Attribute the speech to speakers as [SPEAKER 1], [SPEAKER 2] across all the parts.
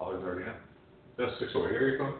[SPEAKER 1] Other than that, that's six over here, you come.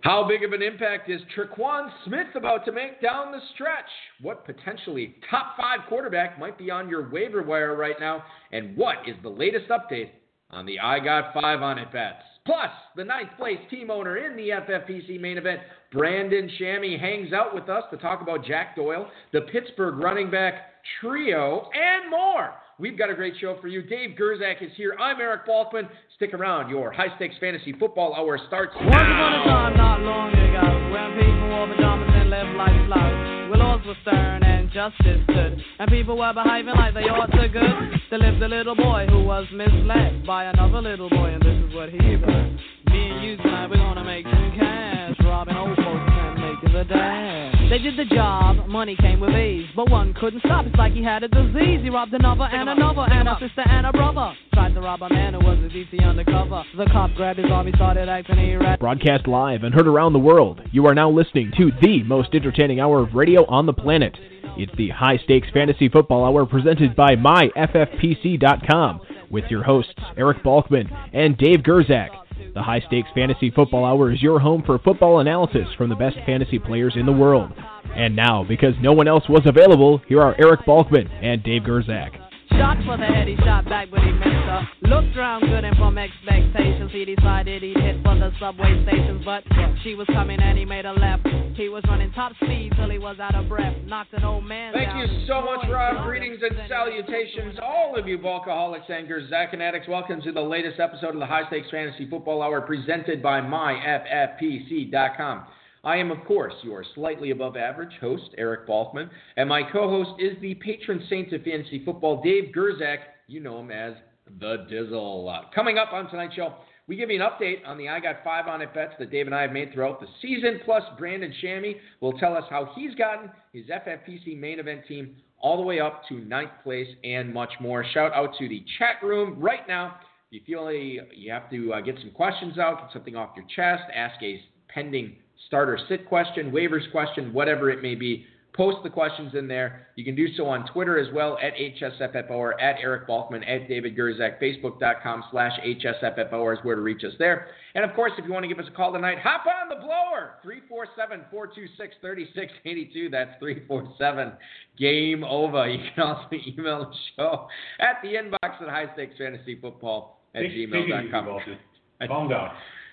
[SPEAKER 2] How big of an impact is Traquan Smith about to make down the stretch? What potentially top five quarterback might be on your waiver wire right now? And what is the latest update on the I Got Five on It bets? Plus, the ninth place team owner in the FFPC main event, Brandon Shammy, hangs out with us to talk about Jack Doyle, the Pittsburgh running back trio, and more. We've got a great show for you. Dave Gerzak is here. I'm Eric Baldwin. Stick around. Your high stakes fantasy football hour starts
[SPEAKER 3] Once upon a time, not long ago, when people wore pajamas and lived life slow, willows were stern and justice stood, and people were behaving like they ought to good. There lived a little boy who was misled by another little boy, and this is what he said. Me and you tonight, we're gonna make some cash, robbing old folks and making the dash. They did the job, money came with ease, but one couldn't stop. It's like he had a disease. He robbed another and another and a sister and a brother. Tried to rob a man who was a DC undercover. The cop grabbed his arm, he started acting erratic.
[SPEAKER 4] Broadcast live and heard around the world. You are now listening to the most entertaining hour of radio on the planet. It's the High Stakes Fantasy Football Hour presented by MyFFPC.com with your hosts Eric Balkman and Dave Gerzak. The High Stakes Fantasy Football Hour is your home for football analysis from the best fantasy players in the world. And now, because no one else was available, here are Eric Balkman and Dave Gerzak.
[SPEAKER 3] Shot for the head, he shot back, but he missed her. Looked round good and from expectations, he decided he'd hit for the subway stations. But she was coming and he made a left. He was running top speed till he was out of breath. Knocked an old man
[SPEAKER 2] Thank
[SPEAKER 3] down.
[SPEAKER 2] you so much, Rob. Greetings and salutations, all of you Balkaholics, Angers, Zach, and Addicts. Welcome to the latest episode of the High Stakes Fantasy Football Hour presented by MyFFPC.com. I am, of course, your slightly above average host, Eric Balkman, and my co host is the patron saint of fantasy football, Dave Gerzak. You know him as The Dizzle. Uh, coming up on tonight's show, we give you an update on the I Got Five on It bets that Dave and I have made throughout the season. Plus, Brandon Shammy will tell us how he's gotten his FFPC main event team all the way up to ninth place and much more. Shout out to the chat room right now. If you feel like you have to uh, get some questions out, get something off your chest, ask a pending starter sit question, waivers question, whatever it may be, post the questions in there. You can do so on Twitter as well at HSFFOR, at Eric Balkman, at David Gerzak, Facebook.com slash HSFFOR is where to reach us there. And of course, if you want to give us a call tonight, hop on the blower, 347 426 3682. That's 347 game over. You can also email the show at the inbox at highstakesfantasyfootball at
[SPEAKER 1] Take- take it easy,
[SPEAKER 2] gmail.com.
[SPEAKER 1] Balkan.
[SPEAKER 2] I-
[SPEAKER 1] Calm down.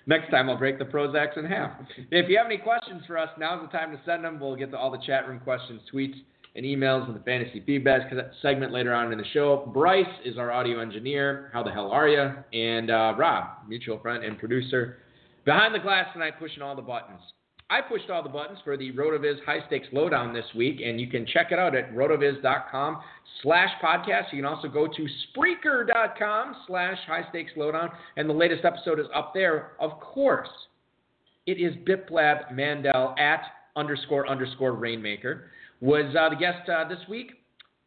[SPEAKER 2] Next time I'll break the Prozacs in half. If you have any questions for us, now's the time to send them. We'll get to all the chat room questions, tweets, and emails and the fantasy feedback segment later on in the show. Bryce is our audio engineer. How the hell are you? And uh, Rob, mutual friend and producer, behind the glass tonight, pushing all the buttons. I pushed all the buttons for the Rotoviz High Stakes Lowdown this week, and you can check it out at rotoviz.com slash podcast. You can also go to Spreaker.com slash High Stakes Lowdown, and the latest episode is up there. Of course, it is Biplab Mandel at underscore underscore Rainmaker was uh, the guest uh, this week.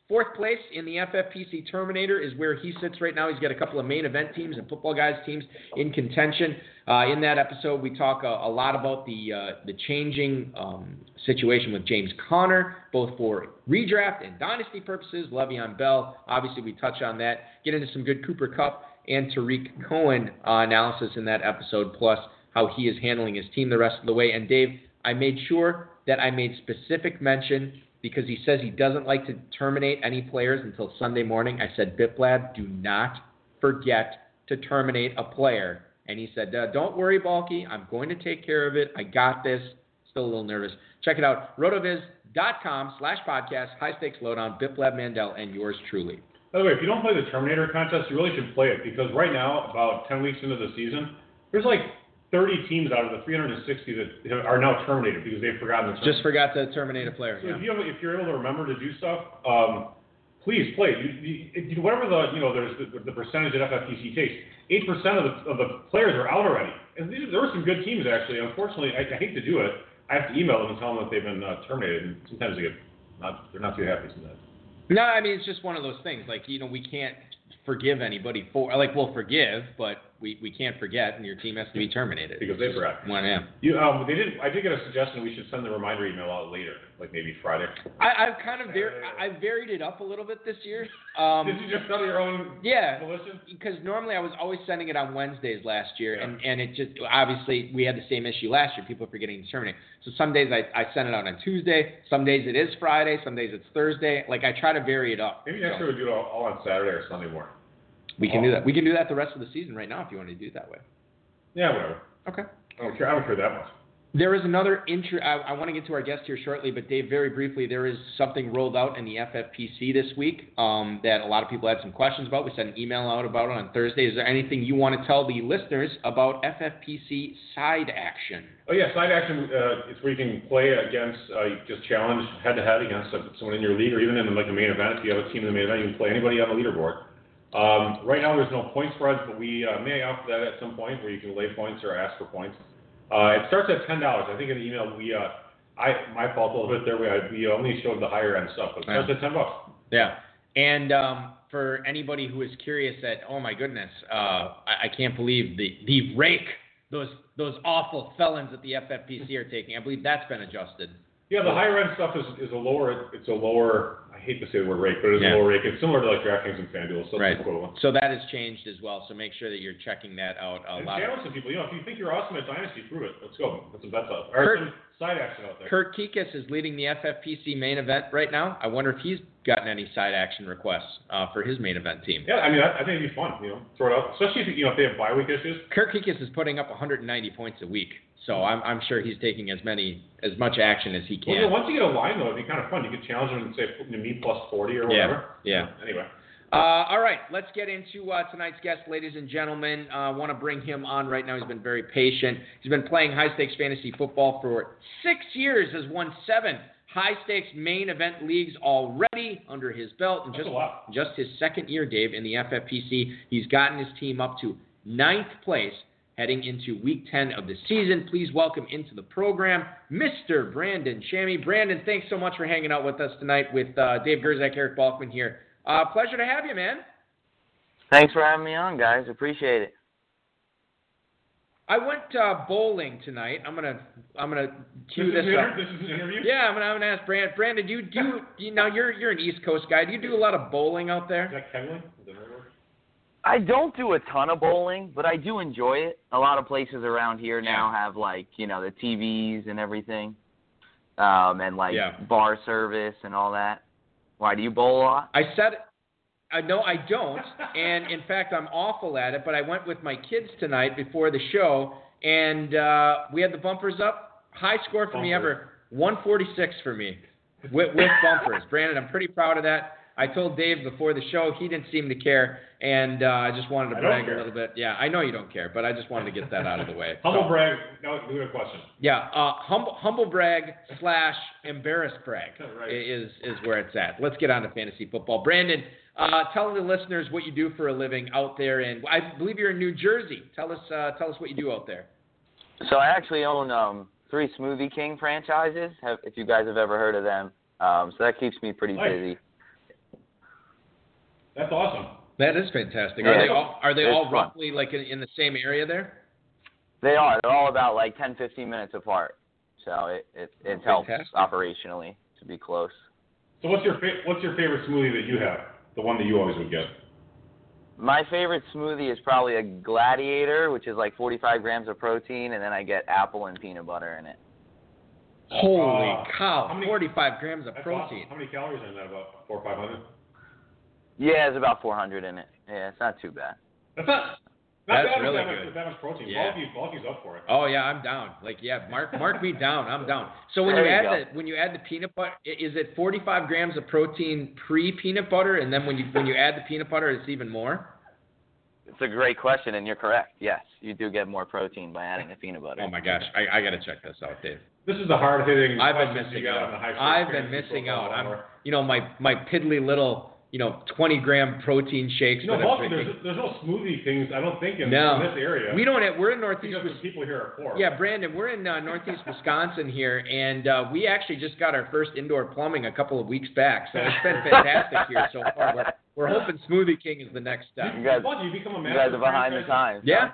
[SPEAKER 2] Fourth place in the FFPC Terminator is where he sits right now. He's got a couple of main event teams and football guys teams in contention. Uh, in that episode, we talk a, a lot about the uh, the changing um, situation with James Conner, both for redraft and dynasty purposes. Le'Veon Bell, obviously, we touch on that. Get into some good Cooper Cup and Tariq Cohen uh, analysis in that episode, plus how he is handling his team the rest of the way. And Dave, I made sure that I made specific mention because he says he doesn't like to terminate any players until Sunday morning. I said, Biplab, do not forget to terminate a player. And he said, uh, Don't worry, Balky. I'm going to take care of it. I got this. Still a little nervous. Check it out. Rotoviz.com slash podcast, high stakes lowdown, Biplab Mandel, and yours truly.
[SPEAKER 1] By the way, if you don't play the Terminator contest, you really should play it because right now, about 10 weeks into the season, there's like 30 teams out of the 360 that have- are now terminated because they've forgotten the
[SPEAKER 2] Just forgot to terminate a player.
[SPEAKER 1] So
[SPEAKER 2] yeah.
[SPEAKER 1] if you have, if you're able to remember to do stuff, um, please play. You, you, if you- whatever the you know, there's the, the percentage that FFPC takes. Eight percent of the, of the players are out already, and these, there were some good teams actually. Unfortunately, I, I hate to do it. I have to email them and tell them that they've been uh, terminated, and sometimes they get not they're not too happy sometimes.
[SPEAKER 2] No, I mean it's just one of those things. Like you know, we can't forgive anybody for like we'll forgive, but we, we can't forget, and your team has to be terminated.
[SPEAKER 1] Because they forgot.
[SPEAKER 2] One yeah.
[SPEAKER 1] You, um, they did. I did get a suggestion we should send the reminder email out later, like maybe Friday.
[SPEAKER 2] I, I've kind of var- I- I varied it up a little bit this year.
[SPEAKER 1] Did
[SPEAKER 2] Um,
[SPEAKER 1] you just out of your own
[SPEAKER 2] yeah,
[SPEAKER 1] volition?
[SPEAKER 2] because normally I was always sending it on Wednesdays last year,
[SPEAKER 1] Yeah.
[SPEAKER 2] and, and it just obviously we had the same issue last year. People forgetting to terminate. So some days I, I send it out on Tuesday. Some days it is Friday. Some days it's Thursday. Like I try to vary it up.
[SPEAKER 1] Maybe next
[SPEAKER 2] So
[SPEAKER 1] year we do it all, all on Saturday or Sunday morning.
[SPEAKER 2] we can do that. We can do that the rest of the season right now if you want to do it that way.
[SPEAKER 1] Yeah, whatever.
[SPEAKER 2] Okay.
[SPEAKER 1] I don't care. I don't care that much.
[SPEAKER 2] There is another intro. I, I want to get to our guest here shortly, but Dave, very briefly, there is something rolled out in the FFPC this week um, that a lot of people had some questions about. We sent an email out about it on Thursday. Is there anything you want to tell the listeners about FFPC side action?
[SPEAKER 1] Oh yeah, side action. Uh, it's where you can play against, uh, you just challenge head to head against some- someone in your league, or even in like the main event. If you have a team in the main event, you can play anybody on the leaderboard. Um, right now, there's no point spreads, but we uh, may offer that at some point, where you can lay points or ask for points. Uh, it starts at ten dollars. I think in the email we, uh, I my fault a little bit there. We, I, we only showed the higher end stuff, but it starts at ten bucks.
[SPEAKER 2] Yeah. And um, for anybody who is curious that, oh my goodness, uh, I, I can't believe the, the rake, those, those awful felons that the FFPC are taking, I believe that's been adjusted.
[SPEAKER 1] Yeah, the higher end stuff is, is a lower. It's a lower. I hate to say the word rake, but it's
[SPEAKER 2] Yeah.
[SPEAKER 1] a lower rake. It's similar to like DraftKings and FanDuel, so
[SPEAKER 2] Right.
[SPEAKER 1] it's equivalent.
[SPEAKER 2] So that has changed as well. So make sure that you're checking that out. A
[SPEAKER 1] And
[SPEAKER 2] lot.
[SPEAKER 1] challenge
[SPEAKER 2] Of,
[SPEAKER 1] some people. You know, if you think you're awesome at Dynasty, prove it. Let's go. Put some bets up. Or
[SPEAKER 2] Kurt-
[SPEAKER 1] some side action out there.
[SPEAKER 2] Kurt Kikas is leading the FFPC main event right now. I wonder if he's gotten any side action requests uh, for his main event team.
[SPEAKER 1] Yeah, I mean, I, I think it'd be fun. You know, throw it out. Especially if you know if they have bye week issues.
[SPEAKER 2] Kurt Kikas is putting up 190 points a week, so I'm, I'm sure he's taking as many as much action as he
[SPEAKER 1] Well, you know,
[SPEAKER 2] can.
[SPEAKER 1] once you get a line though, it'd be kind of fun. You could challenge them and say put me plus forty or
[SPEAKER 2] Yeah,
[SPEAKER 1] whatever.
[SPEAKER 2] yeah.
[SPEAKER 1] Anyway,
[SPEAKER 2] Uh, all right, let's get into uh, tonight's guest, ladies and gentlemen. I uh, want to bring him on right now. He's been very patient. He's been playing high stakes fantasy football for six years, has won seven high stakes main event leagues already under his belt. And
[SPEAKER 1] That's
[SPEAKER 2] just,
[SPEAKER 1] a lot.
[SPEAKER 2] just his second year, Dave, in the FFPC, he's gotten his team up to ninth place heading into week 10 of the season. Please welcome into the program Mr. Brandon Shammy. Brandon, thanks so much for hanging out with us tonight with uh, Dave Gerzak, Eric Balkman here. Uh, pleasure to have you, man.
[SPEAKER 5] Thanks for having me on, guys. Appreciate it.
[SPEAKER 2] I went uh, bowling tonight. I'm gonna I'm gonna cue
[SPEAKER 1] this,
[SPEAKER 2] this
[SPEAKER 1] is an
[SPEAKER 2] up.
[SPEAKER 1] inter- this is an interview.
[SPEAKER 2] Yeah, I'm gonna, I'm gonna ask Brandon. Brandon, do you do you, do you- now you're you're an East Coast guy. Do you do a lot of bowling out
[SPEAKER 1] Is
[SPEAKER 2] there?
[SPEAKER 1] that Kevin? Is that right word?
[SPEAKER 5] I don't do a ton of bowling, but I do enjoy it. A lot of places around here now have like, you know, the TVs and everything. Um and like
[SPEAKER 2] Yeah.
[SPEAKER 5] bar service and all that. Why do you bowl a lot?
[SPEAKER 2] I said, I no, I don't. And in fact, I'm awful at it. But I went with my kids tonight before the show, and uh, we had the bumpers up. High score for me
[SPEAKER 1] Bumpers.
[SPEAKER 2] ever, 146 for me, with, with bumpers. Brandon, I'm pretty proud of that. I told Dave before the show he didn't seem to care, and uh, I just wanted to
[SPEAKER 1] I don't
[SPEAKER 2] brag a
[SPEAKER 1] care.
[SPEAKER 2] little bit. Yeah, I know you don't care, but I just wanted to get that out of the way.
[SPEAKER 1] Humble
[SPEAKER 2] So-
[SPEAKER 1] brag. Now we have a question.
[SPEAKER 2] yeah, uh, humble, humble brag slash embarrass brag
[SPEAKER 1] Right.
[SPEAKER 2] is is where it's at. Let's get on to fantasy football. Brandon, uh, tell the listeners what you do for a living out there, and I believe you're in New Jersey. Tell us, uh, tell us what you do out there.
[SPEAKER 5] So I actually own um three Smoothie King franchises, have, if you guys have ever heard of them. Um so that keeps me pretty
[SPEAKER 1] Nice.
[SPEAKER 5] busy.
[SPEAKER 1] That's awesome.
[SPEAKER 2] That is fantastic.
[SPEAKER 5] Yeah.
[SPEAKER 2] Are they all are they
[SPEAKER 5] It's
[SPEAKER 2] all
[SPEAKER 5] fun.
[SPEAKER 2] roughly like in, in the same area there?
[SPEAKER 5] They are. They're all about like 10 15 minutes apart. So it it, it helps
[SPEAKER 2] Fantastic.
[SPEAKER 5] operationally to be close.
[SPEAKER 1] So what's your fa- what's your favorite smoothie that you have? The one that you always would get.
[SPEAKER 5] My favorite smoothie is probably a gladiator, which is like 45 grams of protein, and then I get apple and peanut butter in it.
[SPEAKER 2] Holy
[SPEAKER 1] Uh,
[SPEAKER 2] cow!
[SPEAKER 1] how many-
[SPEAKER 2] 45 grams of
[SPEAKER 1] That's
[SPEAKER 2] protein.
[SPEAKER 1] Awesome. How many calories are in that? About four or five hundred.
[SPEAKER 5] Yeah, it's about 400 in it. Yeah, it's not too bad.
[SPEAKER 1] That's not. Not
[SPEAKER 2] That's
[SPEAKER 1] bad
[SPEAKER 2] really
[SPEAKER 1] that much,
[SPEAKER 2] good.
[SPEAKER 1] that much protein.
[SPEAKER 2] Yeah.
[SPEAKER 1] Balky, Balky's up for it.
[SPEAKER 2] Oh yeah, I'm down. Like yeah, mark mark me down. I'm down. So when
[SPEAKER 5] There
[SPEAKER 2] you
[SPEAKER 5] you
[SPEAKER 2] add
[SPEAKER 5] go.
[SPEAKER 2] the when you add the peanut butter, i- is it 45 grams of protein pre peanut butter, and then when you when you add the peanut butter, it's even more?
[SPEAKER 5] It's a great question, and you're correct. Yes, you do get more protein by adding the peanut butter.
[SPEAKER 2] Oh my gosh, I, I gotta check this out, Dave.
[SPEAKER 1] This is the hard hitting.
[SPEAKER 2] I've been missing out. I've been missing out. I'm you know my my piddly little you know, 20 gram protein shakes.
[SPEAKER 1] No,
[SPEAKER 2] that I'm
[SPEAKER 1] Boston,
[SPEAKER 2] drinking.
[SPEAKER 1] there's, there's no smoothie things, I don't think, in,
[SPEAKER 2] No.
[SPEAKER 1] in this area.
[SPEAKER 2] we don't have. We're in Northeast.
[SPEAKER 1] Because the people here are poor.
[SPEAKER 2] Yeah, Brandon, we're in uh, Northeast Wisconsin here, and uh, we actually just got our first indoor plumbing a couple of weeks back, so it's been fantastic here so far. We're, we're hoping Smoothie King is the next step.
[SPEAKER 5] You guys-
[SPEAKER 1] Boston, you become a
[SPEAKER 5] You guys
[SPEAKER 1] master
[SPEAKER 5] are behind the
[SPEAKER 1] franchise-
[SPEAKER 5] times.
[SPEAKER 2] Yeah,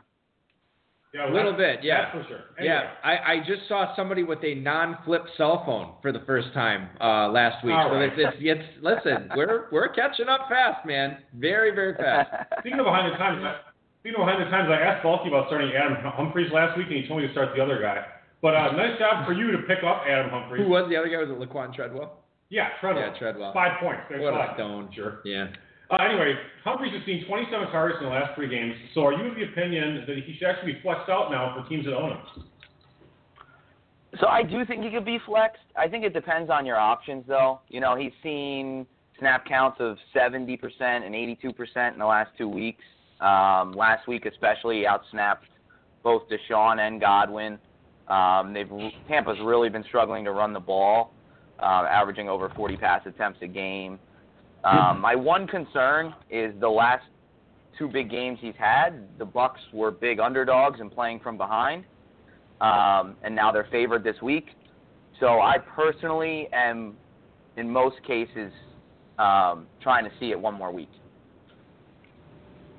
[SPEAKER 1] Yeah,
[SPEAKER 2] Little
[SPEAKER 1] that's-
[SPEAKER 2] bit, yeah.
[SPEAKER 1] That's for sure. Anyway,
[SPEAKER 2] yeah. I, I just saw somebody with a non-flip cell phone for the first time uh, last week.
[SPEAKER 1] All
[SPEAKER 2] so
[SPEAKER 1] right.
[SPEAKER 2] it's, it's, it's listen, we're we're catching up fast, man. Very very fast.
[SPEAKER 1] Speaking of behind the times, I, speaking of behind the times, I asked Balky about starting Adam Humphreys last week, and he told me to start the other guy. But uh, nice job for you to pick up Adam
[SPEAKER 2] Who
[SPEAKER 1] Humphreys.
[SPEAKER 2] was the other guy? Was it Laquan Treadwell?
[SPEAKER 1] Yeah, Treadwell.
[SPEAKER 2] Yeah, Treadwell.
[SPEAKER 1] Five points. Thanks
[SPEAKER 2] What
[SPEAKER 1] a
[SPEAKER 2] a
[SPEAKER 1] lot.
[SPEAKER 2] stone.
[SPEAKER 1] Sure.
[SPEAKER 2] Yeah.
[SPEAKER 1] Uh, anyway, Humphreys has seen 27 targets in the last three games. So are you of the opinion that he should actually be flexed out now for teams that own him?
[SPEAKER 5] So I do think he could be flexed. I think it depends on your options, though. You know, he's seen snap counts of 70% and 82% in the last two weeks. Um, last week, especially, he outsnapped both Deshaun and Godwin. Um, they've Tampa's really been struggling to run the ball, uh, averaging over 40 pass attempts a game. Um, my one concern is the last two big games he's had. The Bucks were big underdogs and playing from behind um, and now they're favored this week. So I personally am, in most cases, um, trying to see it one more week.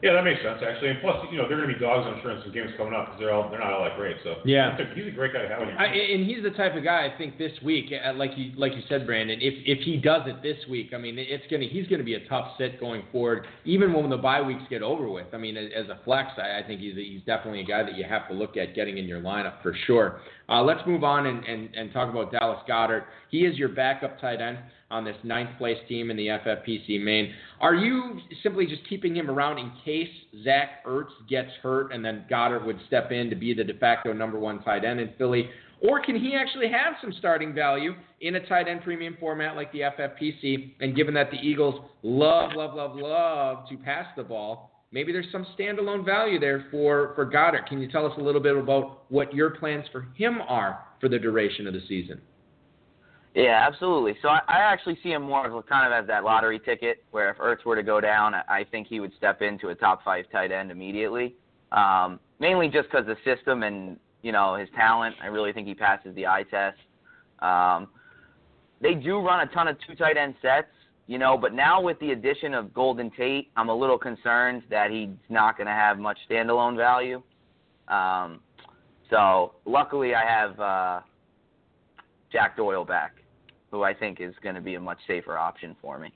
[SPEAKER 1] Yeah, that makes sense actually. And plus, you know, they're going to be dogs, I'm sure, in some games coming up because they're all they're not all that great. So
[SPEAKER 2] Yeah.
[SPEAKER 1] He's a- he's a great guy to have on your
[SPEAKER 2] I,
[SPEAKER 1] team.
[SPEAKER 2] and he's the type of guy I think this week, uh, like you like you said, Brandon. If if he does it this week, I mean, it's gonna he's gonna be a tough sit going forward, even when the bye weeks get over with. I mean, as a flex, I, I think he's he's definitely a guy that you have to look at getting in your lineup for sure. Uh, let's move on and, and and talk about Dallas Goddard. He is your backup tight end on this ninth place team in the FFPC main. Are you simply just keeping him around in case Zach Ertz gets hurt and then Goddard would step in to be the de facto number one tight end in Philly? Or can he actually have some starting value in a tight end premium format like the FFPC? And given that the Eagles love, love, love, love to pass the ball, maybe there's some standalone value there for, for Goddard. Can you tell us a little bit about what your plans for him are for the duration of the season?
[SPEAKER 5] Yeah, absolutely. So I, I actually see him more of a- kind of as that lottery ticket, where if Ertz were to go down, I, I think he would step into a top five tight end immediately. Um, mainly just because the system and you know his talent. I really think he passes the eye test. Um, they do run a ton of two tight end sets, you know, but now with the addition of Golden Tate, I'm a little concerned that he's not going to have much standalone value. Um, so luckily, I have uh, Jack Doyle back, who I think is going to be a much safer option for me.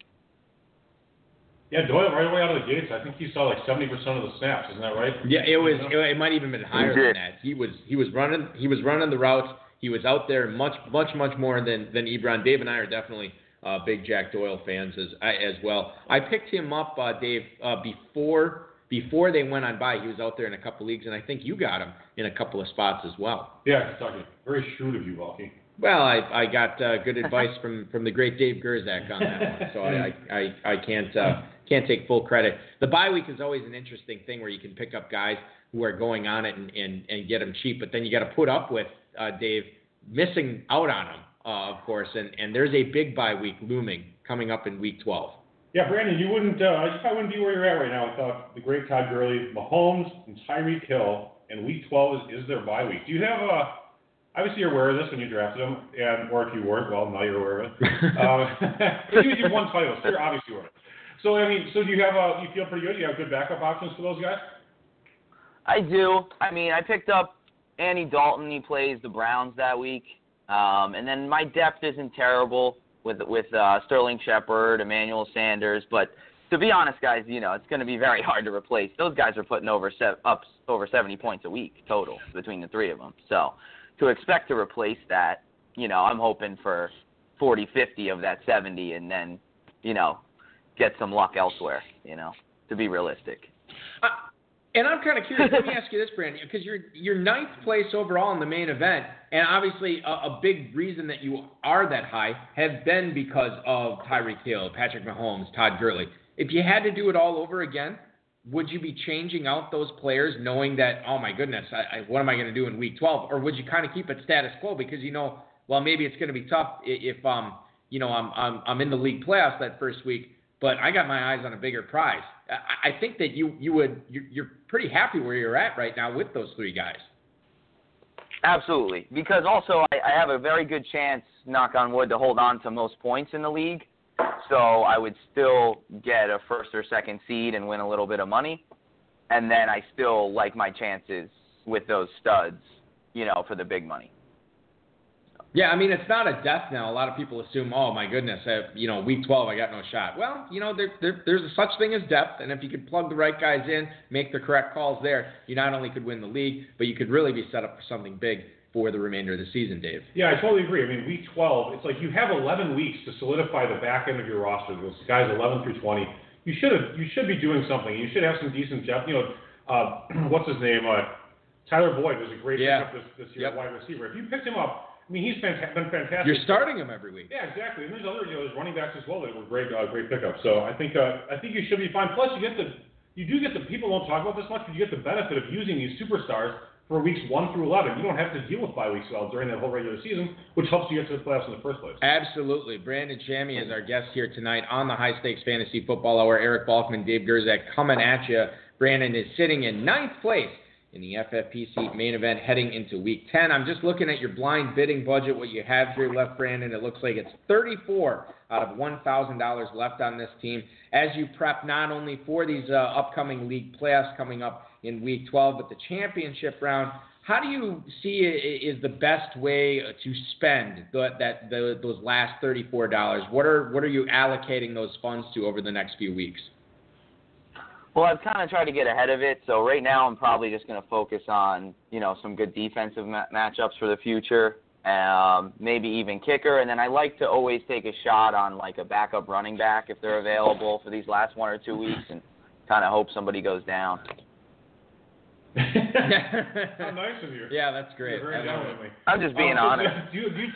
[SPEAKER 1] Yeah, Doyle right away out of the gates. I think he saw like 70% of the snaps. Isn't that right?
[SPEAKER 2] Yeah, it was. It, it might even been higher than
[SPEAKER 5] did.
[SPEAKER 2] that. He was. He was running. He was running the routes. He was out there much, much, much more than than Ebron. Dave and I are definitely uh, big Jack Doyle fans as I- as well. I picked him up, uh, Dave, uh, before before they went on by. He was out there in a couple leagues, and I think you got him in a couple of spots as well.
[SPEAKER 1] Yeah, Kentucky. Very shrewd of you, Balky.
[SPEAKER 2] Well, I, I got uh, good advice from, from the great Dave Gerzak on that one, so I, I, I, I can't uh, can't take full credit. The bye week is always an interesting thing where you can pick up guys who are going on it and, and, and get them cheap, but then you got to put up with uh, Dave missing out on them, uh, of course, and, and there's a big bye week looming coming up in week 12.
[SPEAKER 1] Yeah, Brandon, you wouldn't, uh, you probably wouldn't be where you're at right now without the great Todd Gurley, Mahomes, and Tyreek Hill, and Week 12 is, is their bye week. Do you have uh Obviously, you're aware of this when you drafted him, and or if you weren't, well, now you're aware of it. uh, but you have one title, so you're obviously aware. of it. So I mean, so do you have uh, you feel pretty good? Do you have good backup options for those guys?
[SPEAKER 5] I do. I mean, I picked up Andy Dalton. He plays the Browns that week, um, and then my depth isn't terrible with with uh, Sterling Shepard, Emmanuel Sanders. But to be honest, guys, you know it's going to be very hard to replace. Those guys are putting over se- up over 70 points a week total between the three of them. So to expect to replace that, you know, I'm hoping for 40, 50 of that 70, and then you know get some luck elsewhere. You know, to be realistic.
[SPEAKER 2] And I'm kind of curious. Let me ask you this, Brandon, because you're you're ninth place overall in the main event, and obviously a, a big reason that you are that high has been because of Tyreek Hill, Patrick Mahomes, Todd Gurley. If you had to do it all over again, would you be changing out those players, knowing that oh my goodness, I, I, what am I going to do in week 12? Or would you kind of keep it status quo because you know, well maybe it's going to be tough i- if um you know I'm I'm I'm in the league playoffs that first week. But I got my eyes on a bigger prize. I, I think that you you would you're, you're pretty happy where you're at right now with those three guys.
[SPEAKER 5] Absolutely, because also I, I have a very good chance, knock on wood, to hold on to most points in the league. So I would still get a first or second seed and win a little bit of money, and then I still like my chances with those studs, you know, for the big money.
[SPEAKER 2] Yeah, I mean it's not a death now. A lot of people assume, oh my goodness, I, you know, week 12 I got no shot. Well, you know, there, there, there's a such thing as depth, and if you could plug the right guys in, make the correct calls there, you not only could win the league, but you could really be set up for something big for the remainder of the season, Dave.
[SPEAKER 1] Yeah, I totally agree. I mean, week 12, it's like you have 11 weeks to solidify the back end of your roster. Those guys 11 through 20, you should have, you should be doing something. You should have some decent depth. You know, uh, what's his name? Uh, Tyler Boyd was a great
[SPEAKER 2] Yeah.
[SPEAKER 1] pickup this, this year,
[SPEAKER 2] Yep.
[SPEAKER 1] wide receiver. If you picked him up, I mean, he's fanta- been fantastic.
[SPEAKER 2] You're starting them every week.
[SPEAKER 1] Yeah, exactly. And there's other, you know, there's running backs as well that were great, uh, great pickups. So I think, uh, I think you should be fine. Plus, you get the, you do get the people don't talk about this much, but you get the benefit of using these superstars for weeks one through eleven. You don't have to deal with bye weeks well during that whole regular season, which helps you get to the playoffs in the first place.
[SPEAKER 2] Absolutely. Brandon Chammy is our guest here tonight on the High Stakes Fantasy Football Hour. Eric Balkman, Dave Gerzak coming at you. Brandon is sitting in ninth place in the FFPC main event heading into week 10. I'm just looking at your blind bidding budget, what you have here left, Brandon. It looks like it's 34 out of $1,000 left on this team as you prep not only for these uh, upcoming league playoffs coming up in week 12, but the championship round. How do you see i- i- is the best way to spend the, that the, those last thirty four dollars? What are what are you allocating those funds to over the next few weeks?
[SPEAKER 5] Well, I've kind of tried to get ahead of it, so right now I'm probably just going to focus on you know some good defensive ma- matchups for the future, um, maybe even kicker, and then I like to always take a shot on like a backup running back if they're available for these last one or two weeks, and kind of hope somebody goes down.
[SPEAKER 1] How nice of you.
[SPEAKER 2] yeah, that's great.
[SPEAKER 1] You're very
[SPEAKER 2] I love
[SPEAKER 1] gentlemanly.
[SPEAKER 2] it.
[SPEAKER 5] I'm just
[SPEAKER 1] Um,
[SPEAKER 5] being honest.
[SPEAKER 1] Do you, do you,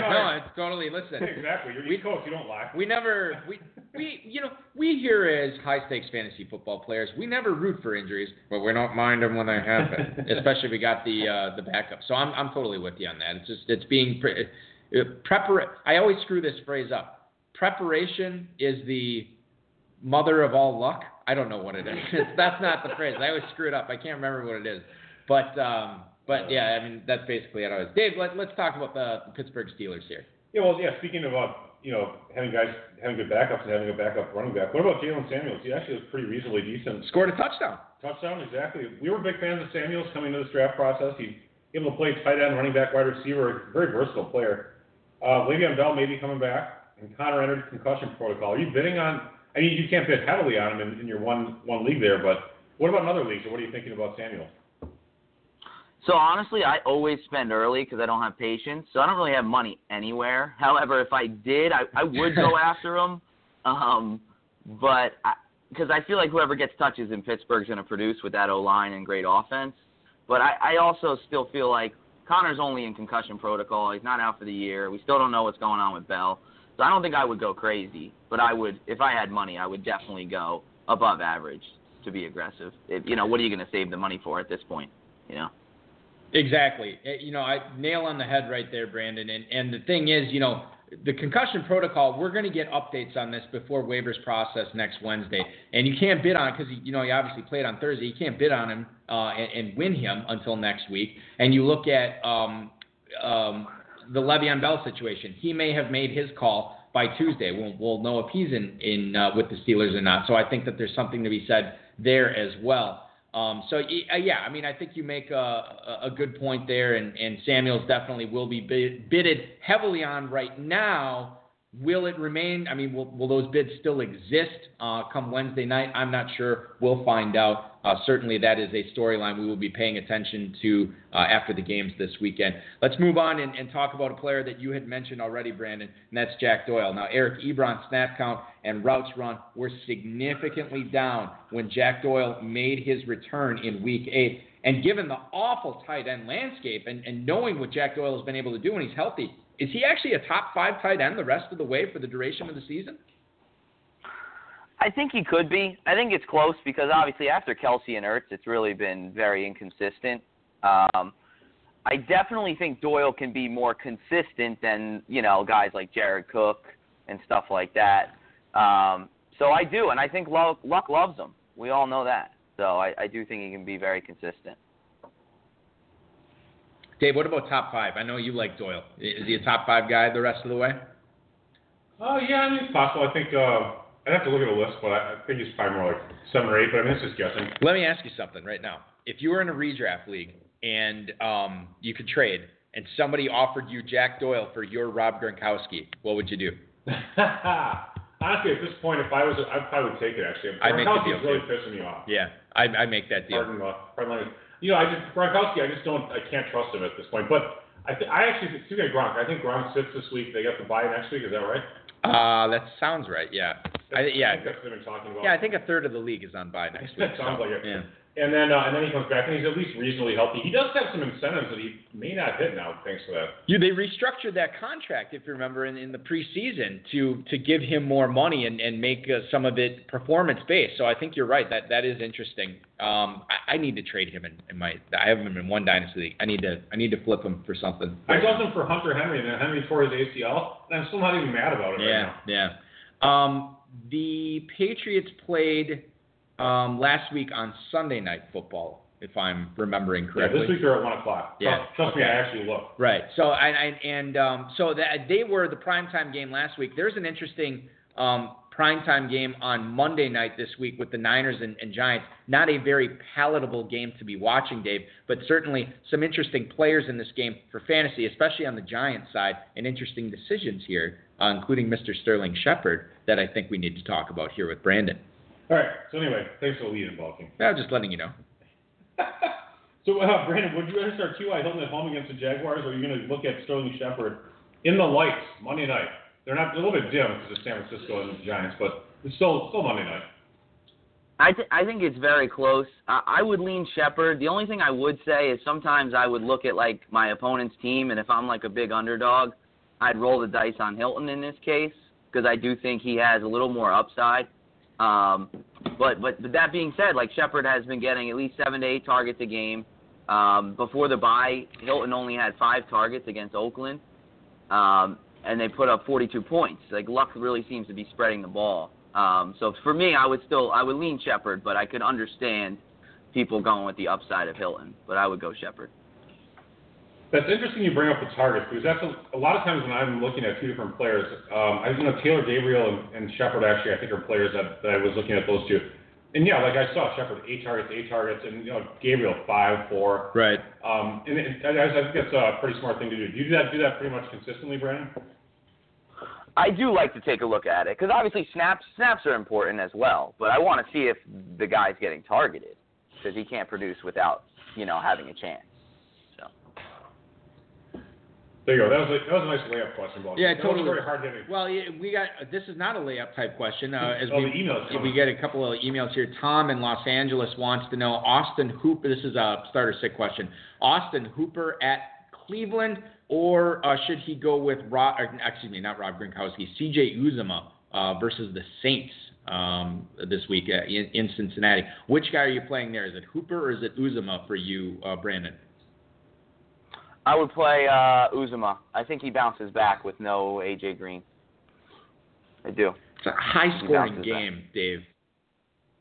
[SPEAKER 1] Yeah,
[SPEAKER 2] no,
[SPEAKER 1] no,
[SPEAKER 2] it's totally. Listen,
[SPEAKER 1] exactly. You're
[SPEAKER 2] We-
[SPEAKER 1] East Coast. You don't lie.
[SPEAKER 2] We never we we you know we here as high stakes fantasy football players we never root for injuries, but we don't mind them when they happen. Especially if we got the uh, the backup. So I'm I'm totally with you on that. It's just it's being pre- uh, prepar. I always screw this phrase up. Preparation is the mother of all luck. I don't know what it is. It's- that's not the phrase. I always screw it up. I can't remember what it is. But um, but yeah, I mean that's basically it. Always, Dave. Let, let's talk about the Pittsburgh Steelers here.
[SPEAKER 1] yeah, well, yeah. Speaking of, uh, you know, having guys having good backups and having a backup running back. What about Jalen Samuels? He actually was pretty reasonably decent.
[SPEAKER 2] Scored a touchdown.
[SPEAKER 1] Touchdown, exactly. We were big fans of Samuels coming into this draft process. He's able to play tight end, running back, wide receiver, very versatile player. Uh, Le'Veon Bell may be coming back, and Connor entered concussion protocol. Are you bidding on? I mean, you can't bid heavily on him in, in your one one league there, but what about in other leagues? Or what are you thinking about Samuels?
[SPEAKER 5] So honestly, I always spend early because I don't have patience. So I don't really have money anywhere. However, if I did, I, I would go after him. Um, but because I, feel like whoever gets touches in Pittsburgh's going to produce with that O line and great offense. But I, I also still feel like Connor's only in concussion protocol. He's not out for the year. We still don't know what's going on with Bell. So I don't think I would go crazy. But I would, if I had money, I would definitely go above average to be aggressive. If, you know, what are you going to save the money for at this point? You know.
[SPEAKER 2] Exactly. Eh, You know, I nail on the head right there, Brandon. And and the thing is, you know, the concussion protocol. We're going to get updates on this before waivers process next Wednesday. And you can't bid on because you know he obviously played on Thursday. You can't bid on him uh, and, and win him until next week. And you look at um, um, the Le'Veon Bell situation. He may have made his call by Tuesday. We'll, we'll know if he's in, in uh, with the Steelers or not. So I think that there's something to be said there as well. Um, so y- uh, yeah, I mean, I think you make a, a a good point there, and, and Samuels definitely will be bid, bidded heavily on right now. Will it remain? I mean, will, will those bids still exist uh, come Wednesday night? I'm not sure. We'll find out. Uh, certainly, that is a storyline we will be paying attention to uh, after the games this weekend. Let's move on and, and talk about a player that you had mentioned already, Brandon, and that's Jack Doyle. Now, Eric Ebron snap count and routes run were significantly down when Jack Doyle made his return in Week Eight. And given the awful tight end landscape, and, and knowing what Jack Doyle has been able to do when he's healthy, is he actually a top five tight end the rest of the way for the duration of the season?
[SPEAKER 5] I think he could be. I think it's close because obviously after Kelsey and Ertz, it's really been very inconsistent. Um, I definitely think Doyle can be more consistent than you know guys like Jared Cook and stuff like that. Um, so I do, and I think Luck, Luck loves him. We all know that. So I, I do think he can be very consistent.
[SPEAKER 2] Dave, what about top five? I know you like Doyle. I- Is he a top five guy the rest of the way?
[SPEAKER 1] Uh, yeah, I mean, it's possible. I think uh, I'd have to look at a list, but I, I think it's probably more like seven or eight. But I mean, it's just guessing.
[SPEAKER 2] Let me ask you something right now. If you were in a redraft league and um, you could trade, and somebody offered you Jack Doyle for your Rob Gronkowski, what would you do?
[SPEAKER 1] Honestly, at this point, if I was, I probably would take it. Actually,
[SPEAKER 2] I'd make the
[SPEAKER 1] Gronkowski's
[SPEAKER 2] deal, too.
[SPEAKER 1] really pissing me off.
[SPEAKER 2] Yeah, I, I make that deal.
[SPEAKER 1] Pardon, uh, pardon language. You know, I just Gronkowski. I just don't. I can't trust him at this point. But I, th- I actually think speaking of Gronk, I think Gronk sits this week. They got the bye next week. Is that right?
[SPEAKER 2] Uh, that sounds right. Yeah, I, yeah,
[SPEAKER 1] think that's what they've been talking about.
[SPEAKER 2] yeah. I think a third of the league is on bye next week.
[SPEAKER 1] That sounds
[SPEAKER 2] so,
[SPEAKER 1] like it.
[SPEAKER 2] Yeah.
[SPEAKER 1] And then uh, and then he comes back and he's at least reasonably healthy. He does have some incentives that he may not hit now, thanks to that.
[SPEAKER 2] You, they restructured that contract, if you remember, in, in the preseason to to give him more money and and make uh, some of it performance based. So I think you're right. That that is interesting. Um, I, I need to trade him in, in my. I have him in one dynasty league. I need to I need to flip him for something.
[SPEAKER 1] I loved him for Hunter Henry, and then Henry tore his ACL, and I'm still not even mad about it
[SPEAKER 2] Yeah,
[SPEAKER 1] right now.
[SPEAKER 2] yeah. Um, the Patriots played um, last week on Sunday Night Football, if I'm remembering correctly.
[SPEAKER 1] Yeah, this week they're at one o'clock.
[SPEAKER 2] Yeah.
[SPEAKER 1] Trust, trust me, I actually looked.
[SPEAKER 2] Right. So I, I and um, so that they were the primetime game last week. There's an interesting um, primetime game on Monday night this week with the Niners and, and Giants. Not a very palatable game to be watching, Dave, but certainly some interesting players in this game for fantasy, especially on the Giants side, and interesting decisions here, uh, including Mr. Sterling Shepard, that I think we need to talk about here with Brandon.
[SPEAKER 1] All right. So anyway, thanks for the lead in bulking.
[SPEAKER 2] i just letting you know.
[SPEAKER 1] so uh, Brandon, would you rather start T.Y. Hilton at home against the Jaguars, or are you going to look at Sterling Shepard in the lights Monday night? They're not they're a little bit dim because it's San Francisco and the Giants, but it's still still Monday night.
[SPEAKER 5] I, th- I think it's very close. I, I would lean Shepard. The only thing I would say is sometimes I would look at like my opponent's team, and if I'm like a big underdog, I'd roll the dice on Hilton in this case because I do think he has a little more upside. Um, but but but that being said, like Shepard has been getting at least seven to eight targets a game. Um, before the bye, Hilton only had five targets against Oakland, um, and they put up 42 points. Like Luck really seems to be spreading the ball. Um, so for me, I would still I would lean Shepard, but I could understand people going with the upside of Hilton, but I would go Shepard.
[SPEAKER 1] That's interesting you bring up the targets because that's a, a lot of times when I'm looking at two different players, um, I you know Taylor Gabriel and, and Shepard actually I think are players that, that I was looking at those two. And yeah, like I saw Shepard eight targets, eight targets, and you know Gabriel five, four.
[SPEAKER 2] Right.
[SPEAKER 1] Um, and it, I, I think that's a pretty smart thing to do. Do you do that do that pretty much consistently, Brandon?
[SPEAKER 5] I do like to take a look at it because obviously snaps snaps are important as well, but I want to see if the guy's getting targeted because he can't produce without you know having a chance. So
[SPEAKER 1] There you go. That was a, that was a nice layup question, Bob.
[SPEAKER 2] Yeah,
[SPEAKER 1] that
[SPEAKER 2] totally.
[SPEAKER 1] Was very hard hitting.
[SPEAKER 2] Well, yeah, we got this is not a layup type question. Uh, as
[SPEAKER 1] Oh,
[SPEAKER 2] we
[SPEAKER 1] the email's
[SPEAKER 2] we
[SPEAKER 1] coming.
[SPEAKER 2] get a couple of emails here. Tom in Los Angeles wants to know Austin Hooper. This is a starter sick question. Austin Hooper at Cleveland, or uh, should he go with Rob? Or, excuse me, not Rob Gronkowski. C.J. Uzuma uh, versus the Saints um, this week uh, in, in Cincinnati. Which guy are you playing there? Is it Hooper or is it Uzuma for you, uh, Brandon?
[SPEAKER 5] I would play uh, Uzuma. I think he bounces back with no AJ Green. I do.
[SPEAKER 2] It's a high scoring
[SPEAKER 5] bounces back.
[SPEAKER 2] game, Dave.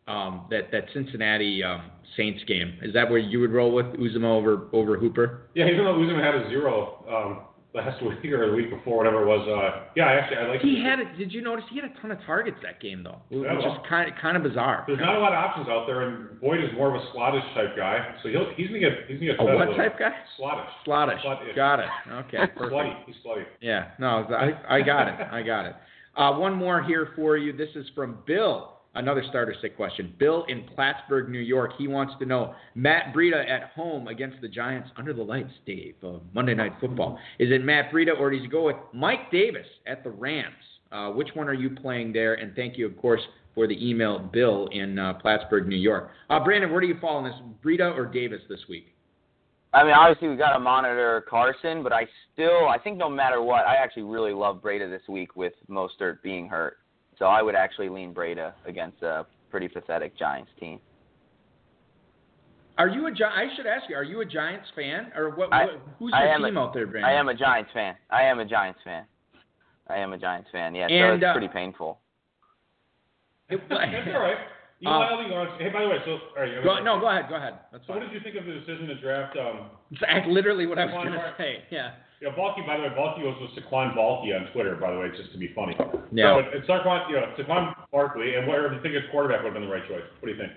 [SPEAKER 2] Um, that that Cincinnati um, Saints game is that where you would roll with Uzuma over over Hooper?
[SPEAKER 1] Yeah, even though Uzuma had a zero um, last week or the week before, whatever it was. Uh, yeah, I actually I like.
[SPEAKER 2] He had it. Did you notice he had a ton of targets that game though, which
[SPEAKER 1] Yeah, well.
[SPEAKER 2] is kind of kind of bizarre.
[SPEAKER 1] There's not a lot of options out there, and Boyd is more of a slottish type guy, so he'll, he's gonna get he's gonna get
[SPEAKER 2] A
[SPEAKER 1] fed
[SPEAKER 2] what
[SPEAKER 1] little.
[SPEAKER 2] type guy?
[SPEAKER 1] Slottish.
[SPEAKER 2] Slottish.
[SPEAKER 1] Slottish.
[SPEAKER 2] Got it. Okay. Perfect.
[SPEAKER 1] Slutty. He's slutty.
[SPEAKER 2] Yeah, no, I, I got it. I got it. Uh, one more here for you. This is from Bill. Another starter sick question. Bill in Plattsburgh, New York. He wants to know Matt Breida at home against the Giants under the lights, Dave, of Monday Night Football. Is it Matt Breida or does he go with Mike Davis at the Rams? Uh, which one are you playing there? And thank you, of course, for the email, Bill in uh, Plattsburgh, New York. Uh, Brandon, where do you fall on this? Breida or Davis this week?
[SPEAKER 5] I mean, obviously we got to monitor Carson, but I still, I think no matter what, I actually really love Breda this week with Mostert being hurt. So I would actually lean Breda against a pretty pathetic Giants team.
[SPEAKER 2] Are you a Gi- I should ask you, are you a Giants fan or what,
[SPEAKER 5] I-
[SPEAKER 2] what who's
[SPEAKER 5] I
[SPEAKER 2] your
[SPEAKER 5] am a-
[SPEAKER 2] team out there, Brandon?
[SPEAKER 5] I am a Giants fan. I am a Giants fan. I am a Giants fan. Yeah,
[SPEAKER 2] And,
[SPEAKER 5] so
[SPEAKER 2] uh,
[SPEAKER 5] it's pretty painful.
[SPEAKER 1] That's all right. Eli
[SPEAKER 2] Uh,
[SPEAKER 1] Elling on- Hey, by the way, so all right.
[SPEAKER 2] Go, no, go ahead. Go ahead. That's
[SPEAKER 1] So what
[SPEAKER 2] fine.
[SPEAKER 1] did you think of the decision to draft? Um,
[SPEAKER 2] It's act- literally what I was
[SPEAKER 1] Come on,
[SPEAKER 2] going to
[SPEAKER 1] Mark.
[SPEAKER 2] say. Yeah.
[SPEAKER 1] yeah, Balky. By the way, Balky was with Saquon Balky on Twitter. By the way, just to be funny.
[SPEAKER 2] Yeah.
[SPEAKER 1] So it's Saquon, you know, Saquon Barkley, and whatever you think his quarterback would have been the right choice. What do you think?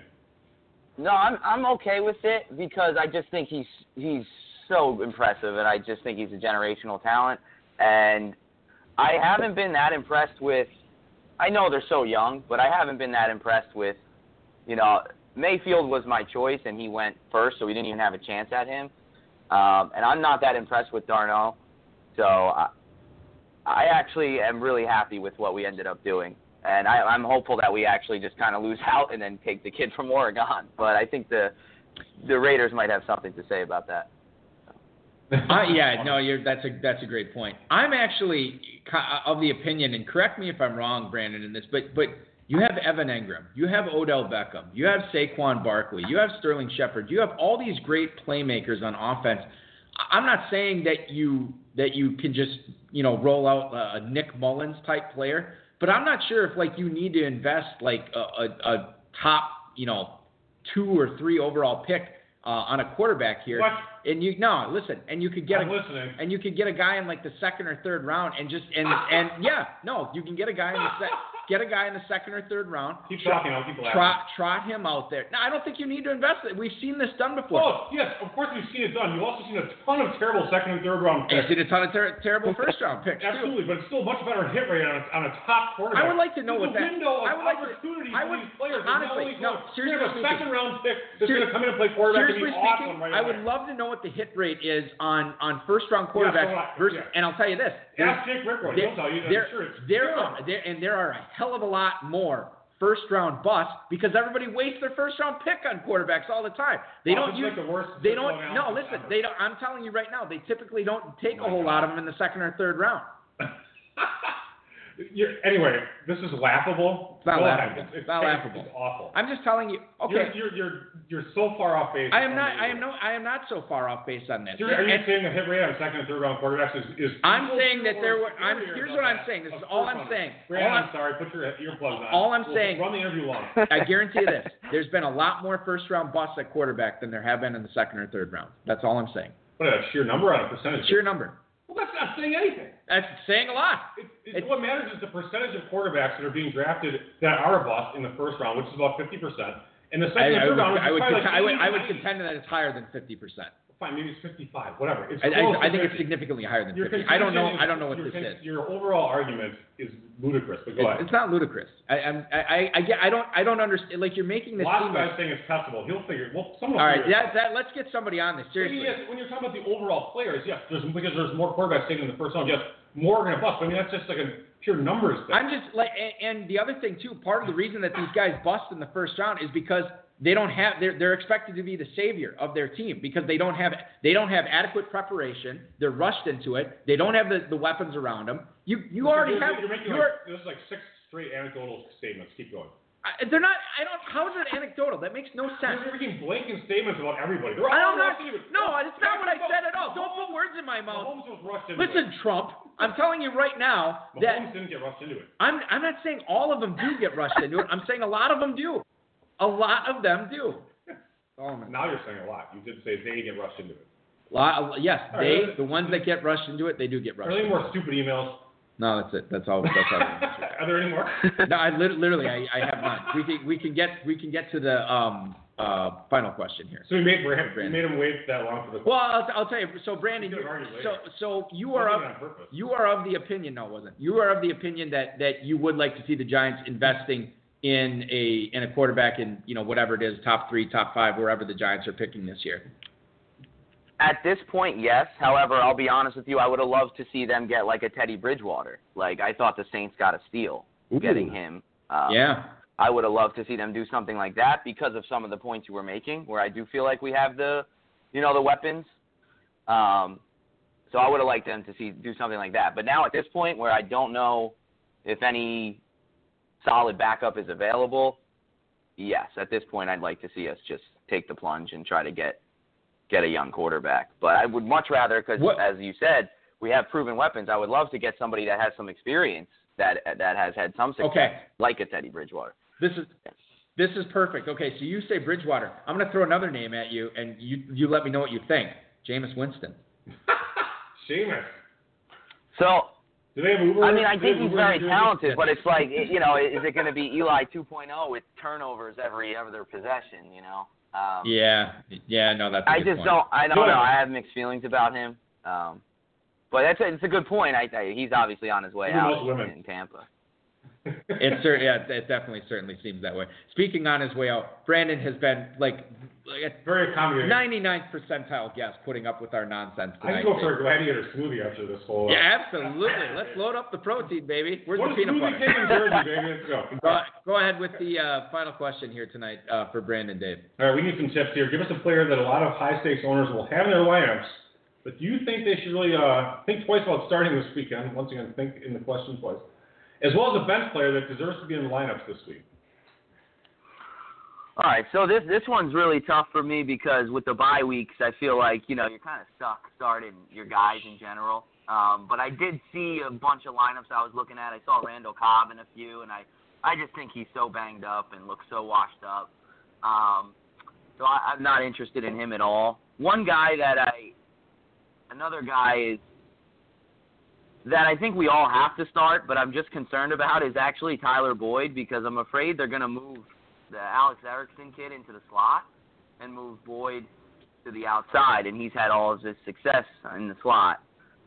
[SPEAKER 5] No, I'm I'm okay with it because I just think he's he's so impressive, and I just think he's a generational talent. And I haven't been that impressed with. I know they're so young, but I haven't been that impressed with. You know, Mayfield was my choice, and he went first, so we didn't even have a chance at him. Um, and I'm not that impressed with Darno, so I, I actually am really happy with what we ended up doing. And I, I'm hopeful that we actually just kind of lose out and then take the kid from Oregon. But I think the the Raiders might have something to say about that.
[SPEAKER 2] I, Uh, yeah, no, you're, that's a that's a great point. I'm actually ca- of the opinion, and correct me if I'm wrong, Brandon, in this, but but you have Evan Engram, you have Odell Beckham, you have Saquon Barkley, you have Sterling Shepard, you have all these great playmakers on offense. I- I'm not saying that you that you can just you know roll out a a Nick Mullins type player, but I'm not sure if like you need to invest like a, a, a top you know two or three overall pick uh, on a quarterback here.
[SPEAKER 1] What?
[SPEAKER 2] And you no, listen, and you could get
[SPEAKER 1] I'm
[SPEAKER 2] a
[SPEAKER 1] listening.
[SPEAKER 2] and you could get a guy in like the second or third round and just and and yeah, no, you can get a guy in the se- get a guy in the second or third round.
[SPEAKER 1] Keep talking. I'll keep laughing.
[SPEAKER 2] Trot, trot him out there. No, I don't think you need to invest it. We've seen this done before.
[SPEAKER 1] Oh, yes, of course we've seen it done. You've also seen a ton of terrible second and third round
[SPEAKER 2] We've
[SPEAKER 1] picks.
[SPEAKER 2] seen a ton of ter- terrible first round picks. too.
[SPEAKER 1] Absolutely, but it's still much better hit rate on a, on a top quarterback.
[SPEAKER 2] I would like to know
[SPEAKER 1] There's a
[SPEAKER 2] what that-
[SPEAKER 1] window of
[SPEAKER 2] I would like to-
[SPEAKER 1] opportunity for
[SPEAKER 2] I would-
[SPEAKER 1] these players. They're not
[SPEAKER 2] honestly,
[SPEAKER 1] only
[SPEAKER 2] no,
[SPEAKER 1] going- they
[SPEAKER 2] seriously
[SPEAKER 1] have a
[SPEAKER 2] speaking.
[SPEAKER 1] second round pick that's
[SPEAKER 2] Ser-
[SPEAKER 1] going to come in and play quarterback and be
[SPEAKER 2] Seriously speaking,
[SPEAKER 1] awesome right
[SPEAKER 2] I would
[SPEAKER 1] away.
[SPEAKER 2] love to know what the hit rate is on, on first round quarterbacks
[SPEAKER 1] so I-
[SPEAKER 2] versus.
[SPEAKER 1] yeah.
[SPEAKER 2] And I'll tell you this.
[SPEAKER 1] Ask Jake Rickwell.
[SPEAKER 2] There-
[SPEAKER 1] He'll tell you. I'm
[SPEAKER 2] there,
[SPEAKER 1] sure it's
[SPEAKER 2] there
[SPEAKER 1] terrible.
[SPEAKER 2] are there, and there are a hell of a lot more first round busts because everybody wastes their first round pick on quarterbacks all the time. They
[SPEAKER 1] Well,
[SPEAKER 2] don't
[SPEAKER 1] it's
[SPEAKER 2] use
[SPEAKER 1] like the worst
[SPEAKER 2] they
[SPEAKER 1] football
[SPEAKER 2] don't no
[SPEAKER 1] analysis
[SPEAKER 2] listen,
[SPEAKER 1] ever.
[SPEAKER 2] they don't I'm telling you right now, they typically don't take a
[SPEAKER 1] Oh my
[SPEAKER 2] whole
[SPEAKER 1] God.
[SPEAKER 2] lot of them in the second or third round.
[SPEAKER 1] You're, anyway, this is laughable.
[SPEAKER 2] It's not
[SPEAKER 1] Go ahead.
[SPEAKER 2] laughable.
[SPEAKER 1] It's,
[SPEAKER 2] It's not laughable.
[SPEAKER 1] It's awful.
[SPEAKER 2] I'm just telling you okay.
[SPEAKER 1] You're, you're, you're, you're so far off base.
[SPEAKER 2] I am not I am no I am not so far off base on this.
[SPEAKER 1] You're, are
[SPEAKER 2] And-
[SPEAKER 1] you saying the hit rate on second and third round quarterbacks is? is
[SPEAKER 2] I'm saying that there were-
[SPEAKER 1] were.
[SPEAKER 2] I'm- here's what I'm saying. This is all I'm saying.
[SPEAKER 1] Brandon,
[SPEAKER 2] All
[SPEAKER 1] I'm
[SPEAKER 2] I'm-
[SPEAKER 1] sorry. Put your earplugs on.
[SPEAKER 2] All I'm
[SPEAKER 1] We'll
[SPEAKER 2] saying-
[SPEAKER 1] Run the interview long.
[SPEAKER 2] I guarantee you this. There's been a lot more first round busts at quarterback than there have been in the second or third round. That's all I'm saying.
[SPEAKER 1] What a sheer number on a percentage.
[SPEAKER 2] Sheer number.
[SPEAKER 1] Well, that's not saying anything.
[SPEAKER 2] That's saying a lot.
[SPEAKER 1] It, it,
[SPEAKER 2] It's-
[SPEAKER 1] what matters is the percentage of quarterbacks that are being drafted that are a bust in the first round, which is about 50 percent, and the
[SPEAKER 2] I,
[SPEAKER 1] second and
[SPEAKER 2] I
[SPEAKER 1] third
[SPEAKER 2] would,
[SPEAKER 1] round,
[SPEAKER 2] I, would
[SPEAKER 1] which is probably
[SPEAKER 2] contend,
[SPEAKER 1] like
[SPEAKER 2] I, would, I would
[SPEAKER 1] 80,
[SPEAKER 2] contend that it's higher than 50%.
[SPEAKER 1] Fine, maybe it's 55, whatever. It's
[SPEAKER 2] I,
[SPEAKER 1] close
[SPEAKER 2] I, I
[SPEAKER 1] to
[SPEAKER 2] think it's
[SPEAKER 1] 50.
[SPEAKER 2] significantly higher than
[SPEAKER 1] Your
[SPEAKER 2] 50. I don't know.
[SPEAKER 1] confusion is-
[SPEAKER 2] I don't know what
[SPEAKER 1] your
[SPEAKER 2] this
[SPEAKER 1] con-
[SPEAKER 2] is.
[SPEAKER 1] Your overall argument is ludicrous, but go
[SPEAKER 2] It's,
[SPEAKER 1] ahead.
[SPEAKER 2] it's not ludicrous. I, I'm, I, I, I, get- I don't. I don't understand. Like you're making this
[SPEAKER 1] Last
[SPEAKER 2] seem
[SPEAKER 1] guy's
[SPEAKER 2] like.
[SPEAKER 1] saying it's testable. He'll figure. Well, someone.
[SPEAKER 2] All right, that, that, let's get somebody on this
[SPEAKER 1] I mean,
[SPEAKER 2] seriously.
[SPEAKER 1] yes, when you're talking about the overall players, yes, there's because there's more quarterbacks taken in the first round. Yes, more are going to bust. But I mean, that's just like a pure numbers thing.
[SPEAKER 2] I'm just like, a- and the other thing too. Part of the reason that these guys bust in the first round is because they don't have. They're, they're expected to be the savior of their team because they don't have. They don't have adequate preparation. They're rushed into it. They don't have the, the weapons around them. You you already
[SPEAKER 1] you're,
[SPEAKER 2] have.
[SPEAKER 1] You're making
[SPEAKER 2] you're-
[SPEAKER 1] like, this is like six straight anecdotal statements. Keep going.
[SPEAKER 2] I, they're not. I don't. How is it anecdotal? That makes no sense.
[SPEAKER 1] You're making blatant statements about everybody. They're all
[SPEAKER 2] I don't know.
[SPEAKER 1] rushed into it.
[SPEAKER 2] No, it's not what I said at all. Don't
[SPEAKER 1] Mahomes-
[SPEAKER 2] put words in my mouth.
[SPEAKER 1] Mahomes was rushed into
[SPEAKER 2] Listen,
[SPEAKER 1] it.
[SPEAKER 2] Trump. I'm telling you right now
[SPEAKER 1] Mahomes
[SPEAKER 2] that
[SPEAKER 1] didn't get rushed into it.
[SPEAKER 2] I'm. I'm not saying all of them do get rushed into it. I'm saying a lot of them do. A lot of them do.
[SPEAKER 1] Now you're saying a lot. You did say they get rushed into it.
[SPEAKER 2] Lot, yes,
[SPEAKER 1] All
[SPEAKER 2] they.
[SPEAKER 1] right.
[SPEAKER 2] The ones that get rushed into it, they do get
[SPEAKER 1] Are
[SPEAKER 2] rushed.
[SPEAKER 1] there any
[SPEAKER 2] Into
[SPEAKER 1] more
[SPEAKER 2] it.
[SPEAKER 1] stupid emails?
[SPEAKER 2] No, that's it. That's all. That's all.
[SPEAKER 1] Are there any more?
[SPEAKER 2] no, I lit- literally, I, I have none. We can. We can get. We can get to the um uh final question here.
[SPEAKER 1] So we made Brand, we
[SPEAKER 2] Brandon.
[SPEAKER 1] made him wait that long for the.
[SPEAKER 2] Well, I'll, I'll tell you. So, Brandon,
[SPEAKER 1] We
[SPEAKER 2] you,
[SPEAKER 1] could argue
[SPEAKER 2] so
[SPEAKER 1] later.
[SPEAKER 2] so you
[SPEAKER 1] Wasn't
[SPEAKER 2] are
[SPEAKER 1] on
[SPEAKER 2] of
[SPEAKER 1] purpose.
[SPEAKER 2] you are of the opinion. No, it wasn't. You are of the opinion that that you would like to see the Giants investing in a in a quarterback in you know whatever it is, top three, top five, wherever the Giants are picking this year.
[SPEAKER 5] At this point, yes. However, I'll be honest with you. I would have loved to see them get like a Teddy Bridgewater. Like I thought the Saints got a steal getting him. Uh,
[SPEAKER 2] Yeah.
[SPEAKER 5] I would have loved to see them do something like that because of some of the points you were making, where I do feel like we have the, you know, the weapons. Um, so I would have liked them to see do something like that. But now at this point, where I don't know if any solid backup is available, yes, at this point I'd like to see us just take the plunge and try to get get a young quarterback. But I would much rather, because
[SPEAKER 2] What-
[SPEAKER 5] as you said, we have proven weapons. I would love to get somebody that has some experience that that has had some success,
[SPEAKER 2] Okay.
[SPEAKER 5] like a Teddy Bridgewater.
[SPEAKER 2] This is this is perfect. Okay, so you say Bridgewater. I'm going to throw another name at you, and you you let me know what you think. Jameis Winston.
[SPEAKER 1] Seamus.
[SPEAKER 5] So
[SPEAKER 1] Do they have Uber?
[SPEAKER 5] I mean, I
[SPEAKER 1] Do
[SPEAKER 5] think
[SPEAKER 1] they
[SPEAKER 5] he's
[SPEAKER 1] have Uber
[SPEAKER 5] very
[SPEAKER 1] in Jersey?
[SPEAKER 5] talented, but it's like, it- you know, is it going to be Eli 2.0 with turnovers every other possession? You know. Um,
[SPEAKER 2] Yeah, yeah, no, that's. I
[SPEAKER 5] I just don't. I don't
[SPEAKER 1] Go
[SPEAKER 5] know.
[SPEAKER 1] ahead.
[SPEAKER 5] I have mixed feelings about him. Um, but that's a, it's a good point. I, I he's obvioly on his way
[SPEAKER 1] Who
[SPEAKER 5] out
[SPEAKER 1] loves women?
[SPEAKER 5] in Tampa.
[SPEAKER 2] It cer- yeah, it definitely certainly seems that way. Speaking on his way out, Brandon has been like, like a
[SPEAKER 1] very accommodating.
[SPEAKER 2] 99th percentile guess putting up with our nonsense
[SPEAKER 1] I
[SPEAKER 2] tonight.
[SPEAKER 1] can go for a gladiator smoothie after this whole. uh,
[SPEAKER 2] Yeah, absolutely. Let's load up the protein, baby. Where's
[SPEAKER 1] What
[SPEAKER 2] the
[SPEAKER 1] is
[SPEAKER 2] peanut
[SPEAKER 1] smoothie
[SPEAKER 2] butter?
[SPEAKER 1] king in Jersey, baby? Let's go.
[SPEAKER 2] Go, go ahead with the uh, final question here tonight uh, for Brandon Dave.
[SPEAKER 1] All right, we need some tips here. Give us a player that a lot of high stakes owners will have in their lineups, but do you think they should really uh, think twice about starting this weekend? Once again, think in the question twice. As well as a bench player that deserves to be in the lineups this week.
[SPEAKER 5] All right, so this this one's really tough for me because with the bye weeks, I feel like you know you're kind of stuck starting your guys in general. Um, but I did see a bunch of lineups I was looking at. I saw Randall Cobb in a few, and I I just think he's so banged up and looks so washed up. Um, so I, I'm not interested in him at all. One guy that I, another guy is that I think we all have to start, but I'm just concerned about is actually Tyler Boyd because I'm afraid they're going to move the Alex Erickson kid into the slot and move Boyd to the outside, and he's had all of his success in the slot.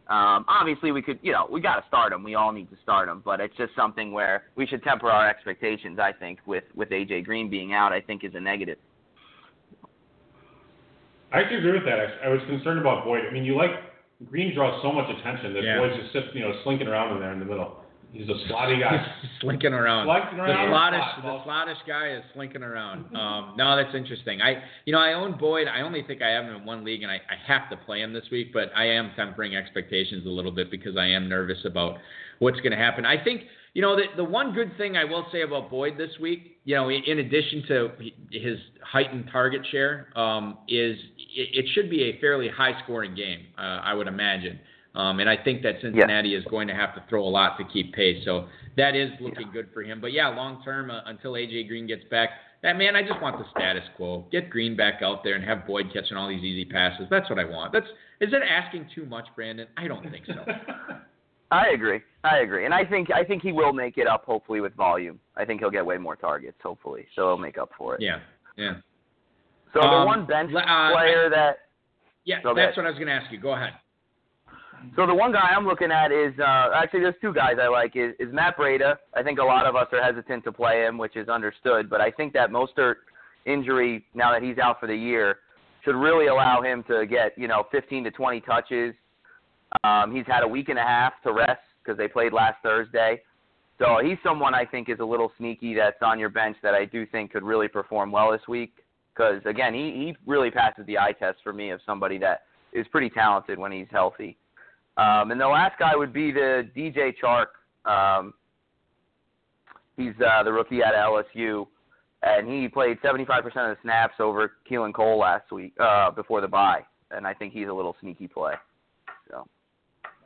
[SPEAKER 5] Um, obviously, we could, you know, we got to start him. We all need to start him, but it's just something where we should temper our expectations. I think with with AJ Green being out, I think is a negative.
[SPEAKER 1] I actually agree with that. Actually. I was concerned about Boyd. I mean, you like Green draws so much attention that
[SPEAKER 2] Yeah.
[SPEAKER 1] Boyd just sits, you know, slinking around in there in the middle. He's a slotty guy.
[SPEAKER 2] slinking around.
[SPEAKER 1] Slinking around.
[SPEAKER 2] The slottish,
[SPEAKER 1] Slot,
[SPEAKER 2] the
[SPEAKER 1] well-
[SPEAKER 2] slottish guy is slinking around. Um, no, that's interesting. I, you know, I own Boyd. I only think I have him in one league, and I, I have to play him this week. But I am tempering expectations a little bit because I am nervous about what's going to happen. I think, you know, the, the one good thing I will say about Boyd this week, you know, in addition to his heightened target share, um, is it, it should be a fairly high scoring game. Uh, I would imagine. Um, and I think that Cincinnati is going to have to throw a lot to keep pace. So that is looking good for him. But yeah, long term, uh, until AJ Green gets back, that man, I just want the status quo. Get Green back out there and have Boyd catching all these easy passes. That's what I want. That's is it asking too much, Brandon? I don't think so.
[SPEAKER 5] I agree. I agree, and I think I think he will make it up. Hopefully with volume, I think he'll get way more targets. Hopefully, so he'll make up for it.
[SPEAKER 2] yeah, yeah,
[SPEAKER 5] So the
[SPEAKER 2] Um,
[SPEAKER 5] one bench
[SPEAKER 2] le- uh,
[SPEAKER 5] player that
[SPEAKER 2] yeah.
[SPEAKER 5] Go
[SPEAKER 2] that's
[SPEAKER 5] ahead.
[SPEAKER 2] what I was going to ask you. Go ahead.
[SPEAKER 5] So the one guy I'm looking at is uh, actually there's two guys I like is, is Matt Breda. I think a lot of us are hesitant to play him, which is understood. But I think that Mostert injury now that he's out for the year should really allow him to get you know 15 to 20 touches. Um, he's had a week and a half to rest because they played last Thursday. So he's someone I think is a little sneaky that's on your bench that I do think could really perform well this week. Because again, he, he really passes the eye test for me of somebody that is pretty talented when he's healthy. Um, and the last guy would be the DJ Chark. Um, he's uh, the rookie out of LSU, and he played 75% of the snaps over Keelan Cole last week uh, before the bye, and I think he's a little sneaky play.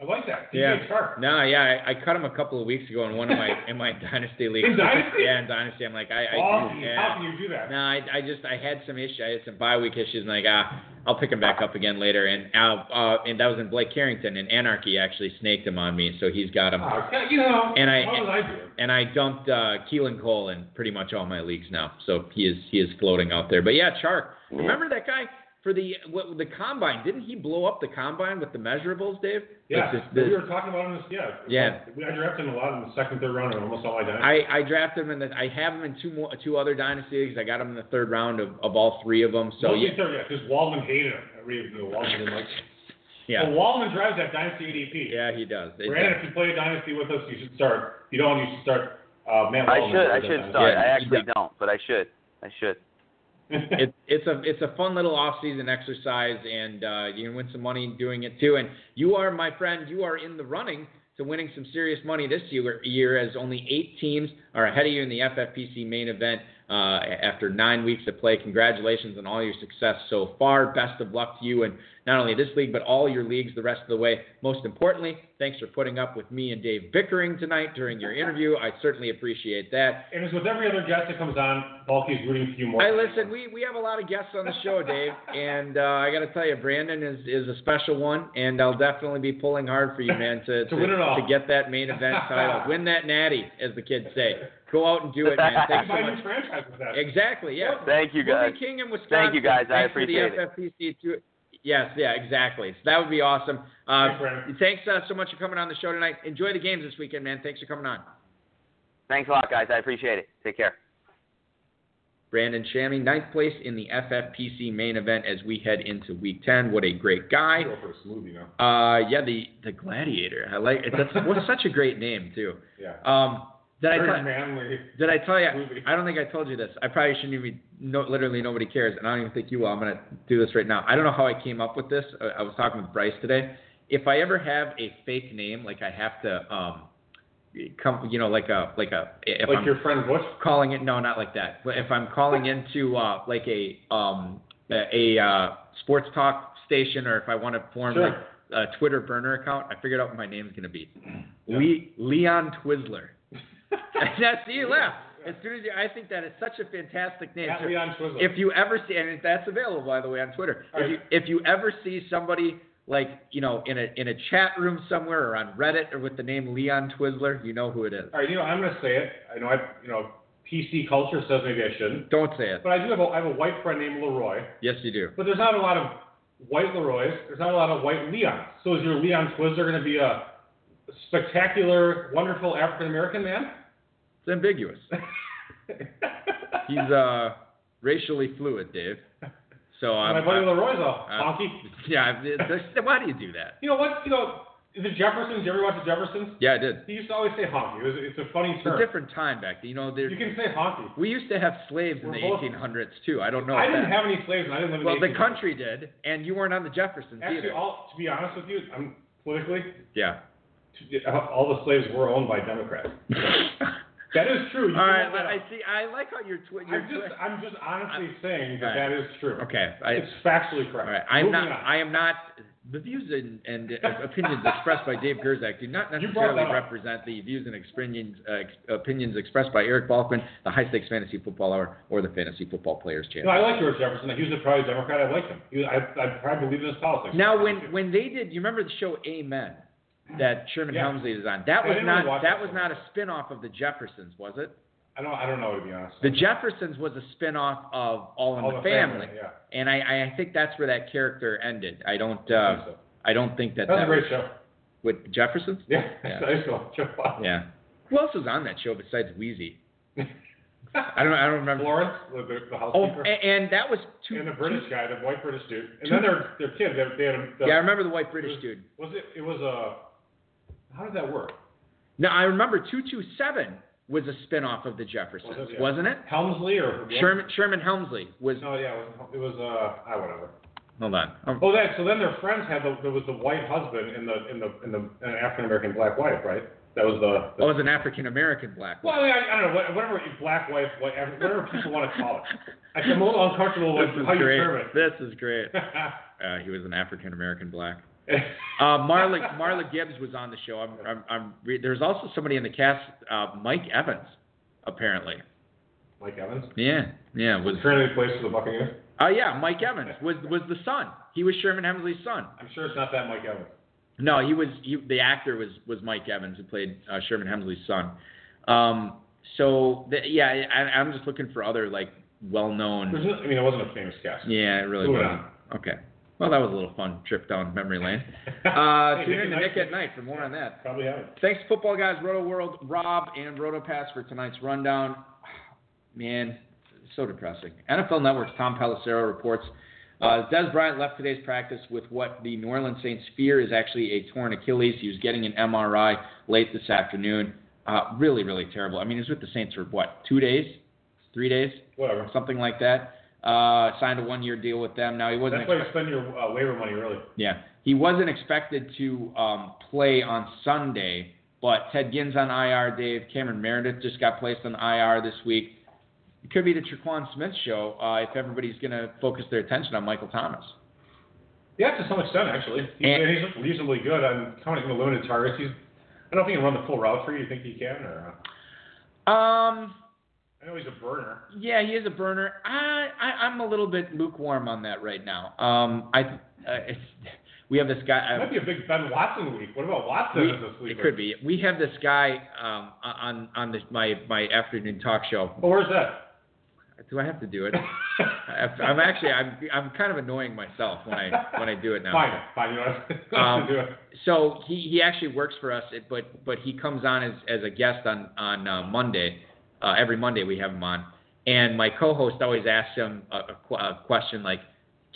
[SPEAKER 1] I like that. DJ
[SPEAKER 2] Yeah.
[SPEAKER 1] Sharp.
[SPEAKER 2] No, yeah, I, I cut him a couple of weeks ago in one of my in my dynasty leagues.
[SPEAKER 1] Dynasty? Oh,
[SPEAKER 2] Yeah, in dynasty, I'm like, I, I
[SPEAKER 1] Ballsy. How
[SPEAKER 2] yeah.
[SPEAKER 1] can you do that?
[SPEAKER 2] No, I, I just I had some issue. I had some bye week issues, and like ah, I'll pick him back up again later. And uh, uh, and that was in Blake Carrington, and Anarchy actually snaked him on me, so he's got him.
[SPEAKER 1] Ah, yeah, you know,
[SPEAKER 2] And I-
[SPEAKER 1] what would I do?
[SPEAKER 2] And I dumped uh, Keelan Cole in pretty much all my leagues now, so he is he is floating out there. But yeah, Chark, remember that guy for the what, the combine? Didn't he blow up the combine with the measurables, Dave?
[SPEAKER 1] Yeah,
[SPEAKER 2] Like this- this-
[SPEAKER 1] we were talking about him. This, yeah,
[SPEAKER 2] Yeah.
[SPEAKER 1] We, I drafted him a lot in the second, third round, and almost all I did.
[SPEAKER 2] I, I draft him, and I have him in two more, two other dynasty leagues. I got him in the third round of, of all three of them. So
[SPEAKER 1] Mostly
[SPEAKER 2] yeah,
[SPEAKER 1] third, yeah, because Waldman hated him. I read you know, Waldman didn't like. him.
[SPEAKER 2] yeah,
[SPEAKER 1] Well, Waldman drives that dynasty ADP.
[SPEAKER 2] yeah, he does. It-
[SPEAKER 1] Brandon, if you play a dynasty with us, you should start. If you don't, you should start. Uh, Matt
[SPEAKER 5] I
[SPEAKER 1] Waldman
[SPEAKER 5] should I
[SPEAKER 1] drives
[SPEAKER 5] should
[SPEAKER 1] that
[SPEAKER 5] start.
[SPEAKER 2] Oh, Yeah.
[SPEAKER 5] I actually don't, but I should. I should.
[SPEAKER 1] dynasty.
[SPEAKER 2] it, it's a it's a fun little off season exercise, and uh, you can win some money doing it too. And you are my friend. You are in the running to winning some serious money this year. Year as only eight teams are ahead of you in the FFPC main event. uh, after nine weeks of play. Congratulations on all your success so far. Best of luck to you and not only this league, but all your leagues the rest of the way. Most importantly, thanks for putting up with me and Dave bickering tonight during your interview. I certainly appreciate that.
[SPEAKER 1] And as with every other guest that comes on, Balky is rooting for you more.
[SPEAKER 2] Hey, listen, we, we have a lot of guests on the show, Dave, and uh, I got to tell you, Brandon is, is a special one, and I'll definitely be pulling hard for you, man, to,
[SPEAKER 1] To win it all.
[SPEAKER 2] to get that main event title. win that natty, as the kids say. Go out and do it, man. Thanks so
[SPEAKER 1] Buy
[SPEAKER 2] much.
[SPEAKER 1] new franchise with that.
[SPEAKER 2] Exactly. Yeah.
[SPEAKER 5] Thank you,
[SPEAKER 2] We'll be
[SPEAKER 5] guys.
[SPEAKER 2] king in Wisconsin.
[SPEAKER 5] Thank you, guys. I
[SPEAKER 2] Thanks for
[SPEAKER 5] appreciate it.
[SPEAKER 2] the FFPC too. Yes. Yeah. Exactly. So that would be awesome. Uh,
[SPEAKER 1] Thanks, Brandon.
[SPEAKER 2] thanks uh, so much for coming on the show tonight. Enjoy the games this weekend, man. Thanks for coming on.
[SPEAKER 5] Thanks a lot, guys. I appreciate it. Take care.
[SPEAKER 2] Brandon Shammy, ninth place in the FFPC main event as we head into week 10. What a great guy.
[SPEAKER 1] Go for a smoothie now.
[SPEAKER 2] Uh, yeah, the, the Gladiator. I like it. That's was such a great name, too.
[SPEAKER 1] Yeah.
[SPEAKER 2] Um, did I
[SPEAKER 1] Very
[SPEAKER 2] tell-
[SPEAKER 1] manly.
[SPEAKER 2] Did I tell you?
[SPEAKER 1] Movie.
[SPEAKER 2] I don't think I told you this. I probably shouldn't even. No, literally nobody cares, and I don't even think you will. I'm gonna do this right now. I don't know how I came up with this. I, I was talking with Bryce today. If I ever have a fake name, like I have to um, come, you know, like a like a if
[SPEAKER 1] Like
[SPEAKER 2] I'm
[SPEAKER 1] your friend Bush.
[SPEAKER 2] calling it no, not like that. But if I'm calling into uh, like a um, a, a uh, sports talk station, or if I want to form
[SPEAKER 1] Sure.
[SPEAKER 2] like a Twitter burner account, I figured out what my name's gonna be. Le- Leon Twizzler. That's you left. As soon as you, I think that is such a fantastic name.
[SPEAKER 1] At
[SPEAKER 2] So
[SPEAKER 1] Leon Twizzler.
[SPEAKER 2] If you ever see, and that's available by the way on Twitter.
[SPEAKER 1] All
[SPEAKER 2] if you
[SPEAKER 1] right.
[SPEAKER 2] if you ever see somebody like you know in a in a chat room somewhere or on Reddit or with the name Leon Twizzler, you know who it is.
[SPEAKER 1] All right, you know, I'm gonna say it. I know I, you know, PC culture says maybe I shouldn't,
[SPEAKER 2] Don't say it.
[SPEAKER 1] but I do have a, I have a white friend named Leroy.
[SPEAKER 2] Yes, you do.
[SPEAKER 1] But there's not a lot of white Leroys. There's not a lot of white Leons. So is your Leon Twizzler gonna be a spectacular, wonderful African American man?
[SPEAKER 2] It's ambiguous. He's uh racially fluid, Dave. So
[SPEAKER 1] My
[SPEAKER 2] I'm.
[SPEAKER 1] buddy
[SPEAKER 2] I-
[SPEAKER 1] Leroy's a
[SPEAKER 2] I'm-
[SPEAKER 1] honky.
[SPEAKER 2] yeah. I- Why do you do that?
[SPEAKER 1] You know what? You know, the Jeffersons. You ever watch the Jeffersons?
[SPEAKER 2] Yeah, I did.
[SPEAKER 1] He used to always say honky. It was, it's a funny
[SPEAKER 2] It's
[SPEAKER 1] term.
[SPEAKER 2] a different time back. then. You know, there,
[SPEAKER 1] You can say honky.
[SPEAKER 2] we used to have slaves in
[SPEAKER 1] We're
[SPEAKER 2] the
[SPEAKER 1] both-
[SPEAKER 2] 1800s too. I don't know.
[SPEAKER 1] I
[SPEAKER 2] if
[SPEAKER 1] didn't
[SPEAKER 2] that-
[SPEAKER 1] have any slaves. And I didn't live in
[SPEAKER 2] Well,
[SPEAKER 1] the
[SPEAKER 2] the
[SPEAKER 1] 1800s.
[SPEAKER 2] country did, and you weren't on the Jeffersons
[SPEAKER 1] Actually,
[SPEAKER 2] either.
[SPEAKER 1] all to be honest with you, I'm politically,
[SPEAKER 2] yeah.
[SPEAKER 1] t- all the slaves were owned by Democrats. That is true. You
[SPEAKER 2] all right.
[SPEAKER 1] can look that
[SPEAKER 2] I
[SPEAKER 1] up.
[SPEAKER 2] see. I like how you're. Twi- you're
[SPEAKER 1] I'm just,
[SPEAKER 2] twi-
[SPEAKER 1] I'm just honestly saying that
[SPEAKER 2] all right.
[SPEAKER 1] that is true.
[SPEAKER 2] okay. I,
[SPEAKER 1] It's factually correct.
[SPEAKER 2] all right. I'm
[SPEAKER 1] Moving
[SPEAKER 2] not.
[SPEAKER 1] on.
[SPEAKER 2] I am not. The views and, and uh, opinions expressed by Dave Gerzak do not
[SPEAKER 1] You brought
[SPEAKER 2] necessarily
[SPEAKER 1] that up.
[SPEAKER 2] represent the views and opinions, uh, ex- opinions expressed by Eric Balkman, the High Stakes Fantasy Football Hour, or the Fantasy Football Players Channel.
[SPEAKER 1] No, I like George Jefferson. He was a proud Democrat. I liked him. He was, I, I probably believe in his politics.
[SPEAKER 2] Now, when when they did, you remember the show Amen that Sherman
[SPEAKER 1] Yeah.
[SPEAKER 2] Helmsley was on? That
[SPEAKER 1] I
[SPEAKER 2] was
[SPEAKER 1] didn't really
[SPEAKER 2] not
[SPEAKER 1] watch
[SPEAKER 2] that
[SPEAKER 1] it
[SPEAKER 2] was
[SPEAKER 1] so
[SPEAKER 2] not a spin-off of the Jeffersons, was it?
[SPEAKER 1] I don't, I don't know to be honest.
[SPEAKER 2] The Jeffersons was a spin-off of All in
[SPEAKER 1] All
[SPEAKER 2] the,
[SPEAKER 1] in the
[SPEAKER 2] Family,
[SPEAKER 1] Family, yeah.
[SPEAKER 2] and I, I think that's where that character ended. I don't uh,
[SPEAKER 1] think so.
[SPEAKER 2] I don't think that
[SPEAKER 1] that was
[SPEAKER 2] that
[SPEAKER 1] a great show.
[SPEAKER 2] was, with Jeffersons.
[SPEAKER 1] Yeah,
[SPEAKER 2] Yeah.
[SPEAKER 1] I used to watch it a lot.
[SPEAKER 2] Yeah. Who else was on that show besides Wheezy? I don't I don't remember.
[SPEAKER 1] Florence, the, the, the
[SPEAKER 2] Oh,
[SPEAKER 1] housekeeper,
[SPEAKER 2] and, and that was two.
[SPEAKER 1] and the British guy, the white British dude, and then their their kid. They, they had a, the,
[SPEAKER 2] yeah, I remember the white British
[SPEAKER 1] was,
[SPEAKER 2] dude.
[SPEAKER 1] Was it? It was a. How did that work?
[SPEAKER 2] Now I remember 227 was a spin-off of the Jeffersons,
[SPEAKER 1] Was it? Yeah.
[SPEAKER 2] wasn't it?
[SPEAKER 1] Helmsley or
[SPEAKER 2] Sherman Sherman Helmsley was.
[SPEAKER 1] No, yeah, it was, it was uh, I whatever.
[SPEAKER 2] Hold on. Um,
[SPEAKER 1] Oh, that. So then their friends had the, there was the white husband and the and the and the and African American black wife, right? That was the.
[SPEAKER 2] oh, it was an African American black.
[SPEAKER 1] well, I, mean, I, I don't know. what- Whatever black wife, white, whatever people want to call it. I'm a little uncomfortable
[SPEAKER 2] this
[SPEAKER 1] with
[SPEAKER 2] is
[SPEAKER 1] how
[SPEAKER 2] great.
[SPEAKER 1] you term
[SPEAKER 2] This is great.
[SPEAKER 1] it.
[SPEAKER 2] Uh, he was an African American black. Uh, Marla Marla Gibbs was on the show. I'm, I'm, I'm re- there's also somebody in the cast, uh, Mike Evans, apparently.
[SPEAKER 1] Mike Evans.
[SPEAKER 2] Yeah, yeah, was.
[SPEAKER 1] Currently plays for the Buccaneers.
[SPEAKER 2] Oh yeah, Mike Evans was was the son. He was Sherman Hemsley's son.
[SPEAKER 1] I'm sure it's not that Mike Evans.
[SPEAKER 2] No, he was he, the actor was was Mike Evans who played uh, Sherman Hemsley's son. Um, so the, yeah, I, I- I'm just looking for other like well-known.
[SPEAKER 1] There's no, I mean, it wasn't a famous cast.
[SPEAKER 2] Yeah, it really
[SPEAKER 1] Moving
[SPEAKER 2] wasn't. Okay. Well, that was a little fun trip down memory lane.
[SPEAKER 1] Hey,
[SPEAKER 2] Uh,
[SPEAKER 1] Nick
[SPEAKER 2] tune in to
[SPEAKER 1] at
[SPEAKER 2] Nick
[SPEAKER 1] Night.
[SPEAKER 2] at Night for more on that.
[SPEAKER 1] Probably haven't.
[SPEAKER 2] Thanks, football guys, Roto World, Rob, and Roto Pass for tonight's rundown. Man, so depressing. NFL Network's Tom Pelissero reports uh, Des Bryant left today's practice with what the New Orleans Saints fear is actually a torn Achilles. He was getting an MRI late this afternoon. Uh, really, really terrible. I mean, he was with the Saints for what, two days, three days,
[SPEAKER 1] Whatever.
[SPEAKER 2] something like that. Uh, signed a one-year deal with them. Now he
[SPEAKER 1] That's
[SPEAKER 2] wasn't.
[SPEAKER 1] why you
[SPEAKER 2] expect-
[SPEAKER 1] spend your uh, waiver money, really.
[SPEAKER 2] yeah, he wasn't expected to um, play on Sunday, but Ted Ginn's on IR. Dave Cameron Meredith just got placed on IR this week. it could be the Traquan Smith show uh, if everybody's going to focus their attention on Michael Thomas.
[SPEAKER 1] Yeah, to some extent, actually. He,
[SPEAKER 2] And-
[SPEAKER 1] he's looked reasonably good on counting the limited targets. He's, I don't think he can run the full route for you. You think he can? Or, uh,
[SPEAKER 2] Um,
[SPEAKER 1] I know he's a burner.
[SPEAKER 2] yeah, he is a burner. I, I I'm a little bit lukewarm on that right now. Um, I uh, it's, we have this guy.
[SPEAKER 1] It
[SPEAKER 2] I-
[SPEAKER 1] might be a big Ben Watson week. What about Watson
[SPEAKER 2] we-
[SPEAKER 1] as a sleeper?
[SPEAKER 2] it could be. We have this guy um, on on the, my my afternoon talk show.
[SPEAKER 1] Oh, where's that?
[SPEAKER 2] Do I have to do it? I- I'm actually I'm I'm kind of annoying myself when I when I do it now.
[SPEAKER 1] Fine, fine. You know what?
[SPEAKER 2] Um,
[SPEAKER 1] do it.
[SPEAKER 2] so he, he actually works for us, it- but but he comes on as, as a guest on on uh, Monday. Uh, every Monday we have him on, and my co-host always asks him a, a, qu- a question like,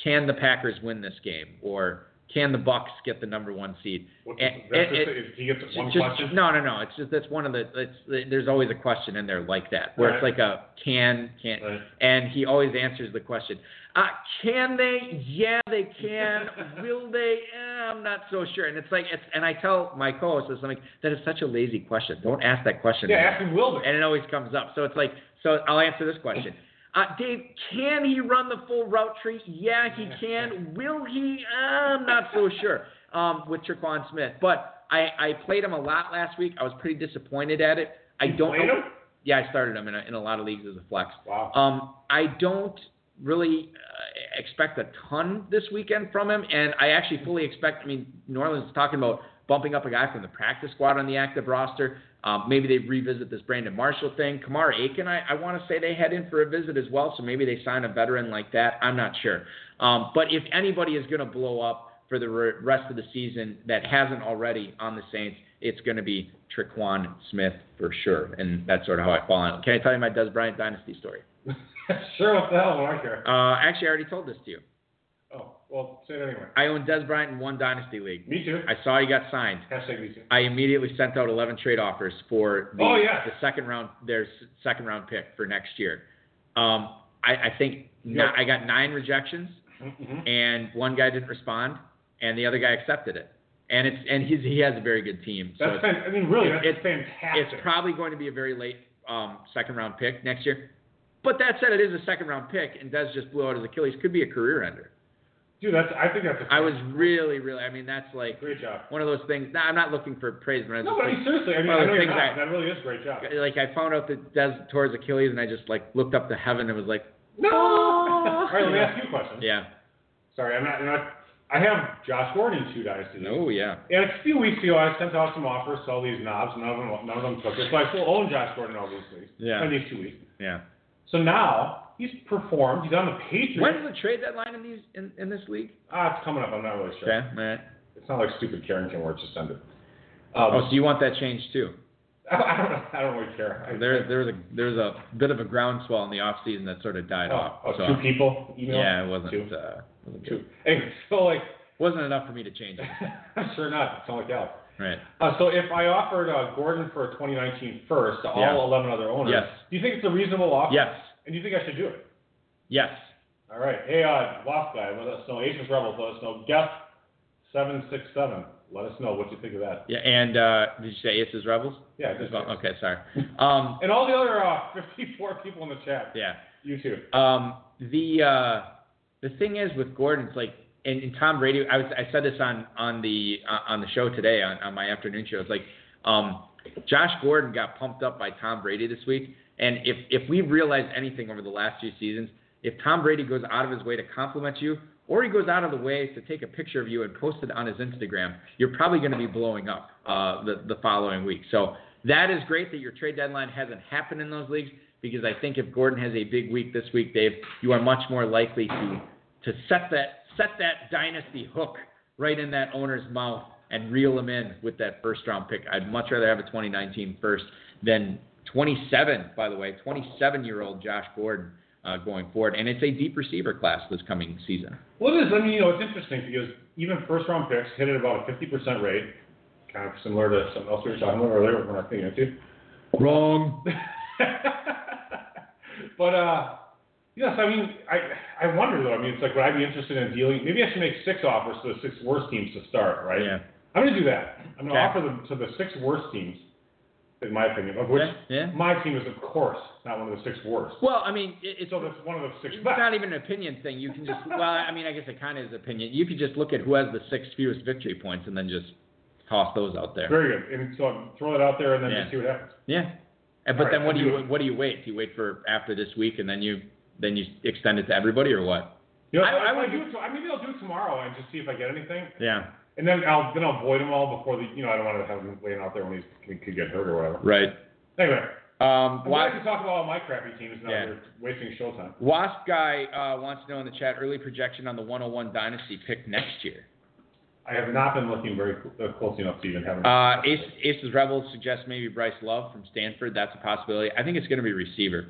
[SPEAKER 2] "Can the Packers win this game?" or "Can the Bucks get the number one seed?"
[SPEAKER 1] What,
[SPEAKER 2] And-
[SPEAKER 1] that's
[SPEAKER 2] and-
[SPEAKER 1] just- if he gets one
[SPEAKER 2] it's just-
[SPEAKER 1] question.
[SPEAKER 2] No, no, no. It's just that's one of the. It's, there's always a question in there like that where it's
[SPEAKER 1] Right.
[SPEAKER 2] like a can can,
[SPEAKER 1] Right.
[SPEAKER 2] and he always answers the question. Uh, can they? Yeah, they can. Will they? Eh, I'm not so sure. And it's like it's and I tell my co-host this. I'm like that is such a lazy question. Don't ask that question.
[SPEAKER 1] yeah, ask him will they?
[SPEAKER 2] And it always comes up. So it's like so I'll answer this question. Uh, Dave, can he run the full route tree? Yeah, he can. Will he? Uh, I'm not so sure um, with Traquan Smith. But I, I played him a lot last week. I was pretty disappointed at it. I don't
[SPEAKER 1] played
[SPEAKER 2] know.
[SPEAKER 1] him?
[SPEAKER 2] Yeah, I started him in a, in a lot of leagues as a flex.
[SPEAKER 1] Wow.
[SPEAKER 2] Um, I don't really uh, expect a ton this weekend from him, and I actually fully expect. I mean, New Orleans is talking about bumping up a guy from the practice squad on the active roster. Um, maybe they revisit this Brandon Marshall thing. Kamara Aiken, I, I want to say they head in for a visit as well, so maybe they sign a veteran like that. I'm not sure. Um, but if anybody is going to blow up for the re- rest of the season that hasn't already on the Saints, it's going to be Traquan Smith for sure. And that's sort of how I fall on it. Can I tell you my Des Bryant dynasty story?
[SPEAKER 1] sure, what the hell? I don't care.
[SPEAKER 2] Uh, actually, I already told this to you.
[SPEAKER 1] Oh, well, say it anyway.
[SPEAKER 2] I own Des Bryant in one dynasty league.
[SPEAKER 1] Me too.
[SPEAKER 2] I saw he got signed.
[SPEAKER 1] Hashtag me too.
[SPEAKER 2] I immediately sent out 11 trade offers for the,
[SPEAKER 1] Oh, yeah.
[SPEAKER 2] the second round, their s- second round pick for next year. Um, I, I think
[SPEAKER 1] Yeah.
[SPEAKER 2] ni- I got nine rejections,
[SPEAKER 1] Mhm.
[SPEAKER 2] and one guy didn't respond, and the other guy accepted it. And it's and he's, he has a very good team. So
[SPEAKER 1] That's
[SPEAKER 2] it's,
[SPEAKER 1] fan- I mean, really,
[SPEAKER 2] it-
[SPEAKER 1] that's
[SPEAKER 2] it's-
[SPEAKER 1] fantastic.
[SPEAKER 2] it's probably going to be a very late um, second round pick next year. But that said, it is a second round pick, and Des just blew out his Achilles. Could be a career ender.
[SPEAKER 1] Dude, that's. I think that's. A
[SPEAKER 2] I was really, really. I mean, that's like
[SPEAKER 1] great job.
[SPEAKER 2] one of those things. Nah, I'm not looking for praise, but I
[SPEAKER 1] No,
[SPEAKER 2] just
[SPEAKER 1] but I
[SPEAKER 2] like,
[SPEAKER 1] mean, seriously, I mean,
[SPEAKER 2] one
[SPEAKER 1] I
[SPEAKER 2] of
[SPEAKER 1] know
[SPEAKER 2] those
[SPEAKER 1] you're
[SPEAKER 2] things
[SPEAKER 1] not.
[SPEAKER 2] that-
[SPEAKER 1] That really is a great job.
[SPEAKER 2] like I found out that Des tore his Achilles, and I just like looked up to heaven and was like,
[SPEAKER 1] No. All right, let me
[SPEAKER 2] Yeah.
[SPEAKER 1] ask you a question.
[SPEAKER 2] yeah,
[SPEAKER 1] Sorry, I'm not. I'm not I have Josh Gordon in two dynasty. leagues.
[SPEAKER 2] no, yeah.
[SPEAKER 1] And a few weeks ago, I sent out some offers to all these knobs. None of them, none of them took it. So I still own Josh Gordon all these weeks.
[SPEAKER 2] Yeah.
[SPEAKER 1] In these two weeks.
[SPEAKER 2] Yeah.
[SPEAKER 1] So now he's performed. He's on the Patriots.
[SPEAKER 2] When's the trade deadline in these in, in this league?
[SPEAKER 1] Ah, it's coming up. I'm not really sure.
[SPEAKER 2] Yeah. All right.
[SPEAKER 1] It's not like stupid Carrington where it just ended.
[SPEAKER 2] Oh,
[SPEAKER 1] Um,
[SPEAKER 2] so you want that change too?
[SPEAKER 1] I, don't, I don't really care. I,
[SPEAKER 2] There, there was a there was a bit of a groundswell in the off season that sort of died
[SPEAKER 1] oh,
[SPEAKER 2] off.
[SPEAKER 1] oh,
[SPEAKER 2] so,
[SPEAKER 1] two people. You know?
[SPEAKER 2] yeah, it wasn't
[SPEAKER 1] Two.
[SPEAKER 2] uh, wasn't,
[SPEAKER 1] Two.
[SPEAKER 2] good.
[SPEAKER 1] Anyway, so like,
[SPEAKER 2] wasn't enough for me to change it.
[SPEAKER 1] sure not. It's not like that.
[SPEAKER 2] Right.
[SPEAKER 1] Uh, so if I offered uh, Gordon for a 2019 first to all
[SPEAKER 2] Yeah.
[SPEAKER 1] 11 other owners,
[SPEAKER 2] Yes.
[SPEAKER 1] do you think it's a reasonable offer?
[SPEAKER 2] Yes.
[SPEAKER 1] And do you think I should do it?
[SPEAKER 2] Yes.
[SPEAKER 1] All right. Hey, uh, Wasp guy, let us know. Asian Rebels, let us know. Guest 767, let us know what you think of that.
[SPEAKER 2] Yeah. And uh, did you say Aces Rebels?
[SPEAKER 1] Yeah, just
[SPEAKER 2] Okay. Sorry. Um.
[SPEAKER 1] And all the other uh, 54 people in the chat,
[SPEAKER 2] Yeah.
[SPEAKER 1] you too.
[SPEAKER 2] Um, the uh, the thing is with Gordon's like, and, and Tom Brady. I was I said this on on the uh, on the show today on, on my afternoon show. It's like, um, Josh Gordon got pumped up by Tom Brady this week, and if if we realize anything over the last two seasons, if Tom Brady goes out of his way to compliment you. Or he goes out of the way to take a picture of you and post it on his Instagram. You're probably going to be blowing up uh, the the following week. So that is great that your trade deadline hasn't happened in those leagues because I think if Gordon has a big week this week, Dave, you are much more likely to to set that set that dynasty hook right in that owner's mouth and reel him in with that first round pick. I'd much rather have a 2019 first than 27, by the way, 27 year old Josh Gordon uh, going forward, and it's a deep receiver class this coming season.
[SPEAKER 1] Well, it is. I mean, you know, it's interesting because even first round picks hit at about a 50% rate, kind of similar to something else we were talking about earlier, we're not thinking into.
[SPEAKER 2] Wrong.
[SPEAKER 1] but uh, yes, I mean, I I wonder though. I mean, it's like would I be interested in dealing? Maybe I should make six offers to the six worst teams to start, right?
[SPEAKER 2] Yeah.
[SPEAKER 1] I'm gonna do that. I'm gonna
[SPEAKER 2] Okay.
[SPEAKER 1] offer them to the six worst teams, in my opinion. Of which
[SPEAKER 2] Yeah, yeah.
[SPEAKER 1] my team is, of course, not one of the six worst.
[SPEAKER 2] Well, I mean, it, it's
[SPEAKER 1] So that's one of the six
[SPEAKER 2] It's
[SPEAKER 1] best.
[SPEAKER 2] not even an opinion thing. You can just well, I mean, I guess it kind of is opinion. You could just look at who has the six fewest victory points and then just toss those out there.
[SPEAKER 1] Very good. And so throw that out there and then
[SPEAKER 2] Yeah.
[SPEAKER 1] just see what happens.
[SPEAKER 2] Yeah. And, but
[SPEAKER 1] All
[SPEAKER 2] then
[SPEAKER 1] right,
[SPEAKER 2] what do
[SPEAKER 1] I'll do
[SPEAKER 2] you
[SPEAKER 1] it.
[SPEAKER 2] what do you wait? Do you wait for after this week and then you then you extend it to everybody or what?
[SPEAKER 1] You know,
[SPEAKER 2] I- I
[SPEAKER 1] I, I,
[SPEAKER 2] would-
[SPEAKER 1] do it. To, I, maybe I'll do it tomorrow and just see if I get anything.
[SPEAKER 2] Yeah.
[SPEAKER 1] And then I'll then I'll void them all before the you know I don't want to have him laying out there when he's, he could get hurt or whatever.
[SPEAKER 2] Right.
[SPEAKER 1] Anyway,
[SPEAKER 2] Um,
[SPEAKER 1] I'm
[SPEAKER 2] Wa-
[SPEAKER 1] glad to talk about all my crappy teams now.
[SPEAKER 2] Yeah.
[SPEAKER 1] You're wasting show time.
[SPEAKER 2] Wasp guy uh, wants to know in the chat early projection on the 101 dynasty pick next year.
[SPEAKER 1] I have not been looking very cl- uh, close enough to even have. a-
[SPEAKER 2] Uh, Ace, Ace's Rebels suggests maybe Bryce Love from Stanford. That's a possibility. I think it's going to be receiver.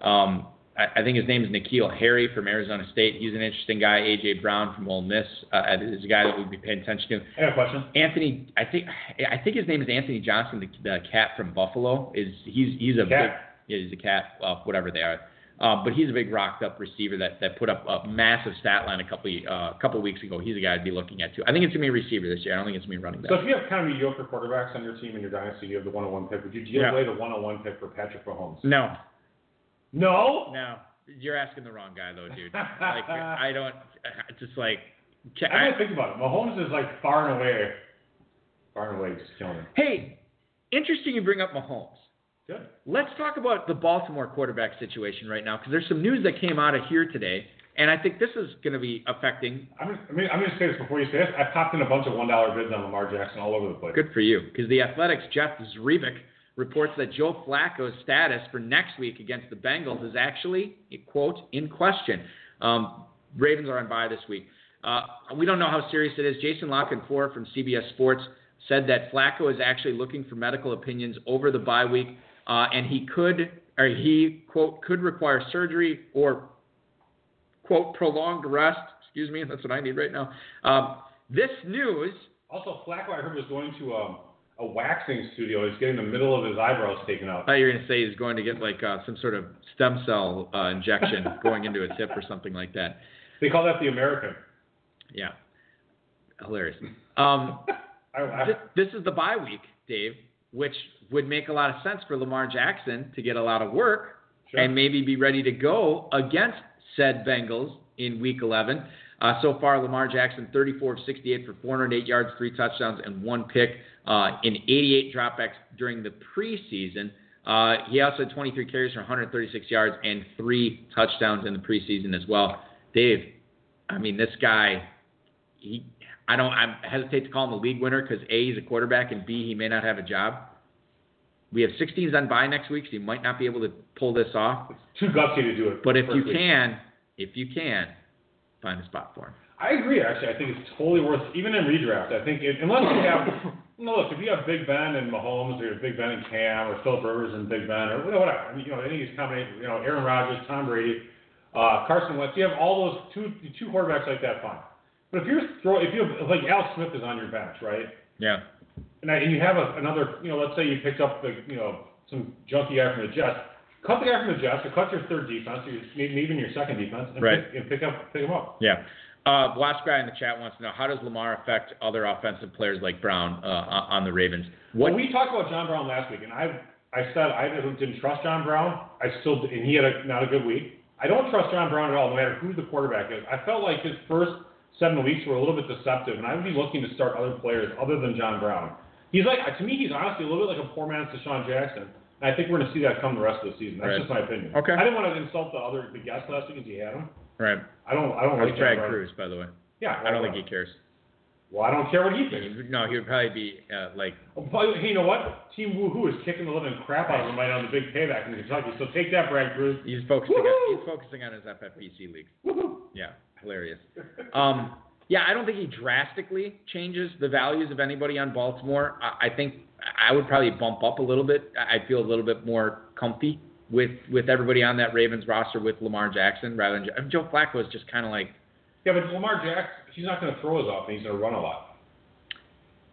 [SPEAKER 2] Um, I, I think his name is Nikhil Harry from Arizona State. He's an interesting guy. AJ Brown from Ole Miss uh, is a guy that we'd be paying attention to.
[SPEAKER 1] I have a question.
[SPEAKER 2] Anthony, I think I think his name is Anthony Johnson, the, the cat from Buffalo. Is he's he's a
[SPEAKER 1] Cat.
[SPEAKER 2] big yeah, he's a cat, uh, whatever they are. Uh, but he's a big rocked up receiver that, that put up a massive stat line a couple ye- uh, a couple weeks ago. He's a guy I'd be looking at too. I think it's gonna be a receiver this year. I don't think it's gonna be running back.
[SPEAKER 1] So if you have kind of mediocre quarterbacks on your team in your dynasty, you have the 101 pick. Would you give
[SPEAKER 2] Yeah.
[SPEAKER 1] away the 101 pick for Patrick Mahomes?
[SPEAKER 2] no,
[SPEAKER 1] No.
[SPEAKER 2] no, you're asking the wrong guy though, dude. Like I don't it's just like ca-
[SPEAKER 1] I gotta think about it. Mahomes is like far and away, far and away, just killing it.
[SPEAKER 2] hey, interesting you bring up Mahomes.
[SPEAKER 1] Good.
[SPEAKER 2] Let's talk about the Baltimore quarterback situation right now because there's some news that came out of here today, and I think this is going to be affecting.
[SPEAKER 1] I'm just, I mean, I'm gonna say this before you say this. I popped in a bunch of one dollar bids on Lamar Jackson all over the place.
[SPEAKER 2] Good for you because the Athletics' Jeff Zrebic reports that Joe Flacco's status for next week against the Bengals is actually quote in question. Um, Ravens are on bye this week. Uh, we don't know how serious it is. Jason Lockenfor from CBS Sports said that Flacco is actually looking for medical opinions over the bye week, uh, and he could or he quote could require surgery or quote prolonged rest. Excuse me, that's what I need right now. Um, this news
[SPEAKER 1] Also, Flacco, I heard was going to um, a waxing studio. He's getting the middle of his eyebrows taken out.
[SPEAKER 2] I thought you were gonna say he's going to get like uh, some sort of stem cell uh, injection going into his hip or something like that.
[SPEAKER 1] They call that the American.
[SPEAKER 2] Yeah, hilarious. Um,
[SPEAKER 1] I laugh.
[SPEAKER 2] thi- this is the bye week, Dave, which would make a lot of sense for Lamar Jackson to get a lot of work
[SPEAKER 1] Sure.
[SPEAKER 2] and maybe be ready to go against said Bengals in Week 11. Uh, so far, Lamar Jackson 34 of 68 for 408 yards, three touchdowns, and one pick uh, in 88 dropbacks during the preseason. Uh, he also had 23 carries for 136 yards and three touchdowns in the preseason as well. Dave, I mean, this guy he I don't I hesitate to call him a league winner because a he's a quarterback and b he may not have a job. We have 16s on bye next week, so you might not be able to pull this off.
[SPEAKER 1] Too gutsy to do it.
[SPEAKER 2] But if you
[SPEAKER 1] perfectly.
[SPEAKER 2] can, if you can, find a spot for him.
[SPEAKER 1] I agree. Actually, I think it's totally worth even in redraft. I think it, unless you have no look, if you have Big Ben and Mahomes, or Big Ben and Cam, or Philip Rivers and Big Ben, or whatever, I mean, you know, any of these combinations, you know, Aaron Rodgers, Tom Brady, uh, Carson Wentz, you have all those two two quarterbacks like that, fine. But if you're throw, if you have, like Al Smith is on your bench, right?
[SPEAKER 2] Yeah.
[SPEAKER 1] and, I, and you have a, another, you know, let's say you picked up the, you know, some junky guy from the Jets, cut the guy from the Jets, or cut your third defense, or your, maybe even your second defense, and,
[SPEAKER 2] Right.
[SPEAKER 1] pick, and pick up, pick him up.
[SPEAKER 2] Yeah. Uh, last guy in the chat wants to know how does Lamar affect other offensive players like Brown uh, on the Ravens? What
[SPEAKER 1] Well, we talked about John Brown last week, and I, I said I didn't, didn't trust John Brown. I still, and he had a, not a good week. I don't trust John Brown at all, no matter who the quarterback is. I felt like his first seven weeks were a little bit deceptive, and I would be looking to start other players other than John Brown. He's like, to me, he's honestly a little bit like a poor man's Deshaun Jackson. And I think we're going to see that come the rest of the season. That's
[SPEAKER 2] Right.
[SPEAKER 1] just my opinion.
[SPEAKER 2] Okay.
[SPEAKER 1] I didn't want to insult the other the guest last week because he had him.
[SPEAKER 2] right?
[SPEAKER 1] I don't. I don't
[SPEAKER 2] How's
[SPEAKER 1] like John
[SPEAKER 2] Brad
[SPEAKER 1] Brown.
[SPEAKER 2] Cruz, by the way?
[SPEAKER 1] Yeah.
[SPEAKER 2] I don't think he cares.
[SPEAKER 1] Well, I don't care what he thinks.
[SPEAKER 2] No, he would probably be uh, like
[SPEAKER 1] Oh, But hey, you know what? Team Woohoo is kicking the living crap out of him right now on the big payback in Kentucky. So take that, Brad Cruz.
[SPEAKER 2] He's focusing. On,
[SPEAKER 1] Woohoo!
[SPEAKER 2] he's focusing on his FFPC league. Yeah, hilarious. Um, yeah, I don't think he drastically changes the values of anybody on Baltimore. I, I think I would probably bump up a little bit. I I feel a little bit more comfy with with everybody on that Ravens roster with Lamar Jackson rather than I mean, Joe Flacco is just kind of like
[SPEAKER 1] Yeah, but Lamar Jackson, he's not going to throw as often. He's going to run a lot.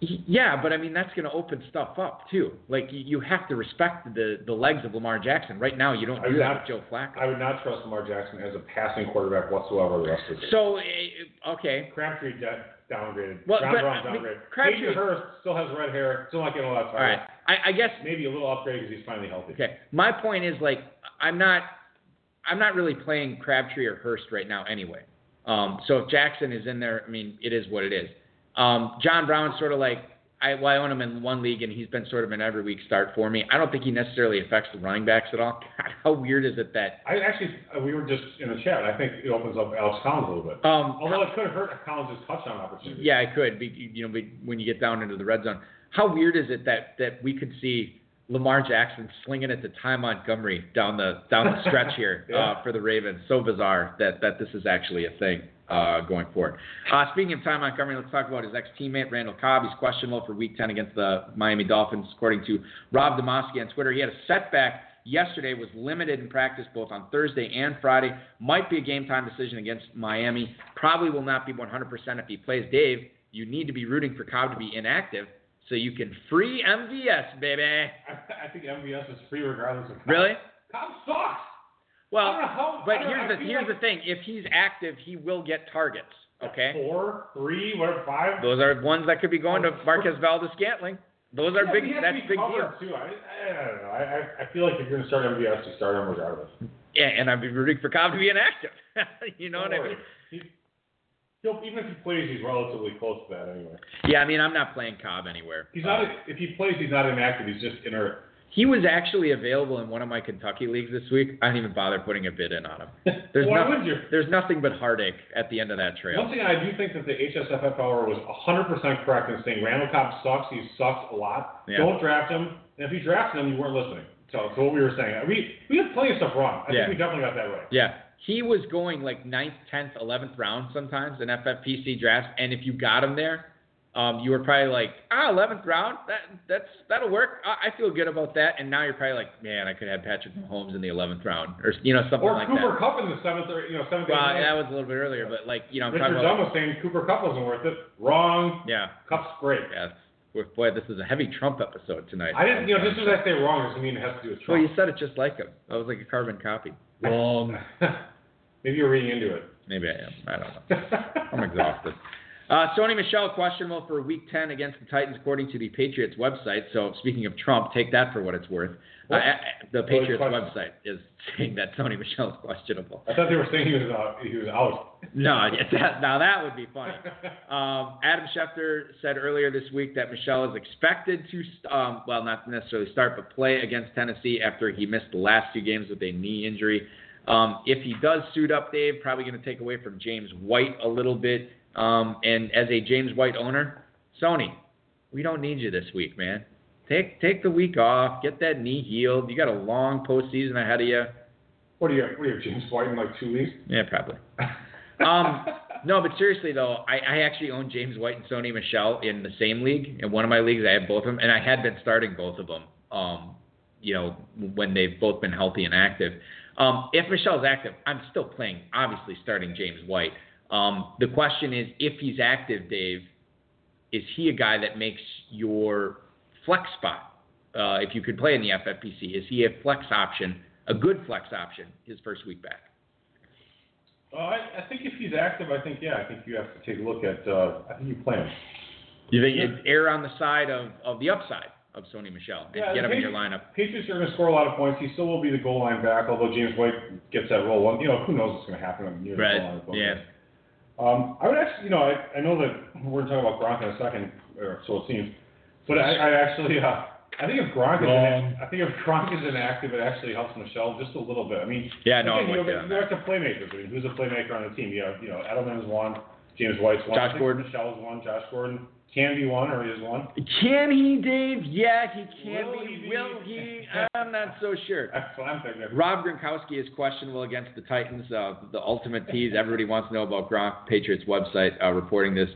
[SPEAKER 2] Yeah, but I mean that's going to open stuff up too. Like you, you have to respect the the legs of Lamar Jackson. Right now, you don't
[SPEAKER 1] I
[SPEAKER 2] do
[SPEAKER 1] would
[SPEAKER 2] that
[SPEAKER 1] not-
[SPEAKER 2] with Joe Flacco.
[SPEAKER 1] I would not trust Lamar Jackson as a passing quarterback whatsoever the rest of the year.
[SPEAKER 2] so eh, okay,
[SPEAKER 1] Crabtree de- downgraded.
[SPEAKER 2] Well,
[SPEAKER 1] John
[SPEAKER 2] but,
[SPEAKER 1] Brown
[SPEAKER 2] I mean,
[SPEAKER 1] downgraded.
[SPEAKER 2] Crabtree-
[SPEAKER 1] Hayden Hurst still has red hair. Still not getting a lot of
[SPEAKER 2] All right. I, I guess
[SPEAKER 1] Maybe a little upgrade because he's finally healthy.
[SPEAKER 2] Okay. My point is like I'm not I'm not really playing Crabtree or Hurst right now anyway. Um, so if Jackson is in there, I mean it is what it is. Um, John Brown's sort of like I, well, I own him in one league and he's been sort of an every week start for me. I don't think he necessarily affects the running backs at all. God, how weird is it that
[SPEAKER 1] I actually, uh, we were just in the chat. I think it opens up Alex Collins a little bit.
[SPEAKER 2] um,
[SPEAKER 1] Although it could hurt Collins' touchdown opportunity.
[SPEAKER 2] Yeah, it could. Be, you know, be, when you get down into the red zone, how weird is it that that we could see Lamar Jackson slinging it to Ty Montgomery down the down the stretch here
[SPEAKER 1] Yeah.
[SPEAKER 2] uh, for the Ravens? So bizarre that that this is actually a thing uh, going forward. Uh, speaking of Ty Montgomery, let's talk about his ex-teammate Randall Cobb. He's questionable for Week 10 against the Miami Dolphins, according to Rob Demosky on Twitter. He had a setback. Yesterday was limited in practice both on Thursday and Friday. Might be a game time decision against Miami. Probably will not be 100% if he plays. Dave, you need to be rooting for Cobb to be inactive so you can free MVS, baby.
[SPEAKER 1] I, I think MVS is free regardless of. Cobb.
[SPEAKER 2] Really?
[SPEAKER 1] Cobb sucks. I
[SPEAKER 2] Well,
[SPEAKER 1] don't know how- I
[SPEAKER 2] but
[SPEAKER 1] don't- I
[SPEAKER 2] here's the
[SPEAKER 1] feel
[SPEAKER 2] here's
[SPEAKER 1] like-
[SPEAKER 2] the thing. If he's active, he will get targets. Okay,
[SPEAKER 1] Four, three, whatever, five.
[SPEAKER 2] those are ones that could be going to Marquez Valdez Scantling. Those are
[SPEAKER 1] Oh, Yeah,
[SPEAKER 2] big.
[SPEAKER 1] he has to
[SPEAKER 2] That's
[SPEAKER 1] be
[SPEAKER 2] big deals.
[SPEAKER 1] covered, Too. I, I don't know. I, I, I feel like if you're going to start MVS, you start him regardless.
[SPEAKER 2] Yeah, and I'd be rooting for Cobb to be inactive. you know
[SPEAKER 1] Don't
[SPEAKER 2] what I
[SPEAKER 1] worry. He,
[SPEAKER 2] mean?
[SPEAKER 1] he'll, even if he plays, he's relatively close to that anyway.
[SPEAKER 2] Yeah, I mean I'm not playing Cobb anywhere.
[SPEAKER 1] He's
[SPEAKER 2] Uh,
[SPEAKER 1] not. if he plays, he's not inactive. He's just inert.
[SPEAKER 2] He was actually available in one of my Kentucky leagues this week. I didn't even bother putting a bid in on him. There's,
[SPEAKER 1] Why
[SPEAKER 2] no-
[SPEAKER 1] would you?
[SPEAKER 2] there's nothing but heartache at the end of that
[SPEAKER 1] One
[SPEAKER 2] trail.
[SPEAKER 1] thing I do think that the HSFF hour was 100% correct in saying Randall Cobb sucks. He sucks a lot.
[SPEAKER 2] Yeah.
[SPEAKER 1] Don't draft him. And if you draft him, you weren't listening. So, so what we were saying, we we had plenty of stuff wrong. I
[SPEAKER 2] Yeah.
[SPEAKER 1] think we definitely got that right.
[SPEAKER 2] Yeah. He was going like ninth, 10th, 11th round sometimes in FFPC drafts. And if you got him there, um, you were probably like, ah, 11th round? That, that's, that'll work. I, I feel good about that. And now you're probably like, man, I could have Patrick Mahomes in the 11th round or, you know, something
[SPEAKER 1] Or
[SPEAKER 2] like
[SPEAKER 1] Cooper
[SPEAKER 2] that.
[SPEAKER 1] Cup in the seventh or you know seventh.
[SPEAKER 2] Well,
[SPEAKER 1] eighth,
[SPEAKER 2] that
[SPEAKER 1] ninth.
[SPEAKER 2] was a little bit earlier, but like, you know, I'm talking
[SPEAKER 1] Richard Dunn
[SPEAKER 2] about.
[SPEAKER 1] was saying Cooper Cup wasn't worth it. Wrong.
[SPEAKER 2] Yeah.
[SPEAKER 1] Cup's great.
[SPEAKER 2] Yeah. Boy, this is a heavy Trump episode tonight.
[SPEAKER 1] I didn't. You know, just as I say wrong doesn't mean it has to do with
[SPEAKER 2] Well, you
[SPEAKER 1] Trump.
[SPEAKER 2] said it just like him. I was like a carbon copy. Wrong.
[SPEAKER 1] Maybe you're reading into it.
[SPEAKER 2] Maybe I am. I don't know. I'm exhausted. Uh, Sony Michelle questionable for Week 10 against the Titans, according to the Patriots website. So speaking of Trump, take that for what it's worth. Uh,
[SPEAKER 1] What?
[SPEAKER 2] uh, the Patriots
[SPEAKER 1] question.
[SPEAKER 2] website is saying that Sony Michelle is questionable.
[SPEAKER 1] I thought they were saying he was out. He was out.
[SPEAKER 2] No, yeah, that, now that would be funny. Um, Adam Schefter said earlier this week that Michelle is expected to, st- um, well, not necessarily start, but play against Tennessee after he missed the last two games with a knee injury. Um, if he does suit up, Dave, probably going to take away from James White a little bit. Um, and as a James White owner, Sony, we don't need you this week, man. Take take the week off, get that knee healed. You got a long postseason ahead of you.
[SPEAKER 1] What are you? What are you, James White in like two weeks?
[SPEAKER 2] Yeah, probably. Um, no, but seriously though, I, I actually own James White and Sony Michelle in the same league. In one of my leagues, I had both of them, and I had been starting both of them. Um, you know, when they've both been healthy and active. Um, if Michelle's active, I'm still playing. Obviously, starting James White. Um, the question is, if he's active, Dave, is he a guy that makes your flex spot? Uh, if you could play in the FFPC, is he a flex option, a good flex option, his first week back?
[SPEAKER 1] Uh, I, I think if he's active, I think yeah, I think you have to take a look at. Uh, I think you play him.
[SPEAKER 2] You think you'd err on the side of, of the upside of Sony Michelle and
[SPEAKER 1] Yeah,
[SPEAKER 2] get him
[SPEAKER 1] the
[SPEAKER 2] in your
[SPEAKER 1] Patri-
[SPEAKER 2] lineup?
[SPEAKER 1] Patriots are going to score a lot of points. He still will be the goal line back, although James White gets that role one. You know, who knows what's going to happen on near the goal line.
[SPEAKER 2] Right.
[SPEAKER 1] of both
[SPEAKER 2] Yeah.
[SPEAKER 1] guys. Um, I would actually, you know, I, I know that we're going to talk about Gronk in a second, or so it seems, but I, I actually, uh, I think if Gronk is,
[SPEAKER 2] Wrong.
[SPEAKER 1] I think if Gronk is inactive, it actually helps Michelle just a little bit. I mean,
[SPEAKER 2] Yeah, no, I'm
[SPEAKER 1] again, you,
[SPEAKER 2] with you
[SPEAKER 1] know,
[SPEAKER 2] on
[SPEAKER 1] you have to playmakers. I mean, who's a playmaker on the team? You have, you know, Edelman's one, James White's one,
[SPEAKER 2] Josh
[SPEAKER 1] I think
[SPEAKER 2] Gordon.
[SPEAKER 1] Michelle's one, Josh Gordon can be one or is one.
[SPEAKER 2] Can he, Dave? Yeah, he can
[SPEAKER 1] Will
[SPEAKER 2] be.
[SPEAKER 1] he be?
[SPEAKER 2] Will he? I'm not so sure.
[SPEAKER 1] That's what I'm thinking.
[SPEAKER 2] Rob Gronkowski is questionable against the Titans. Uh, the ultimate tease. Everybody wants to know about Gronk. Patriots website uh, reporting this.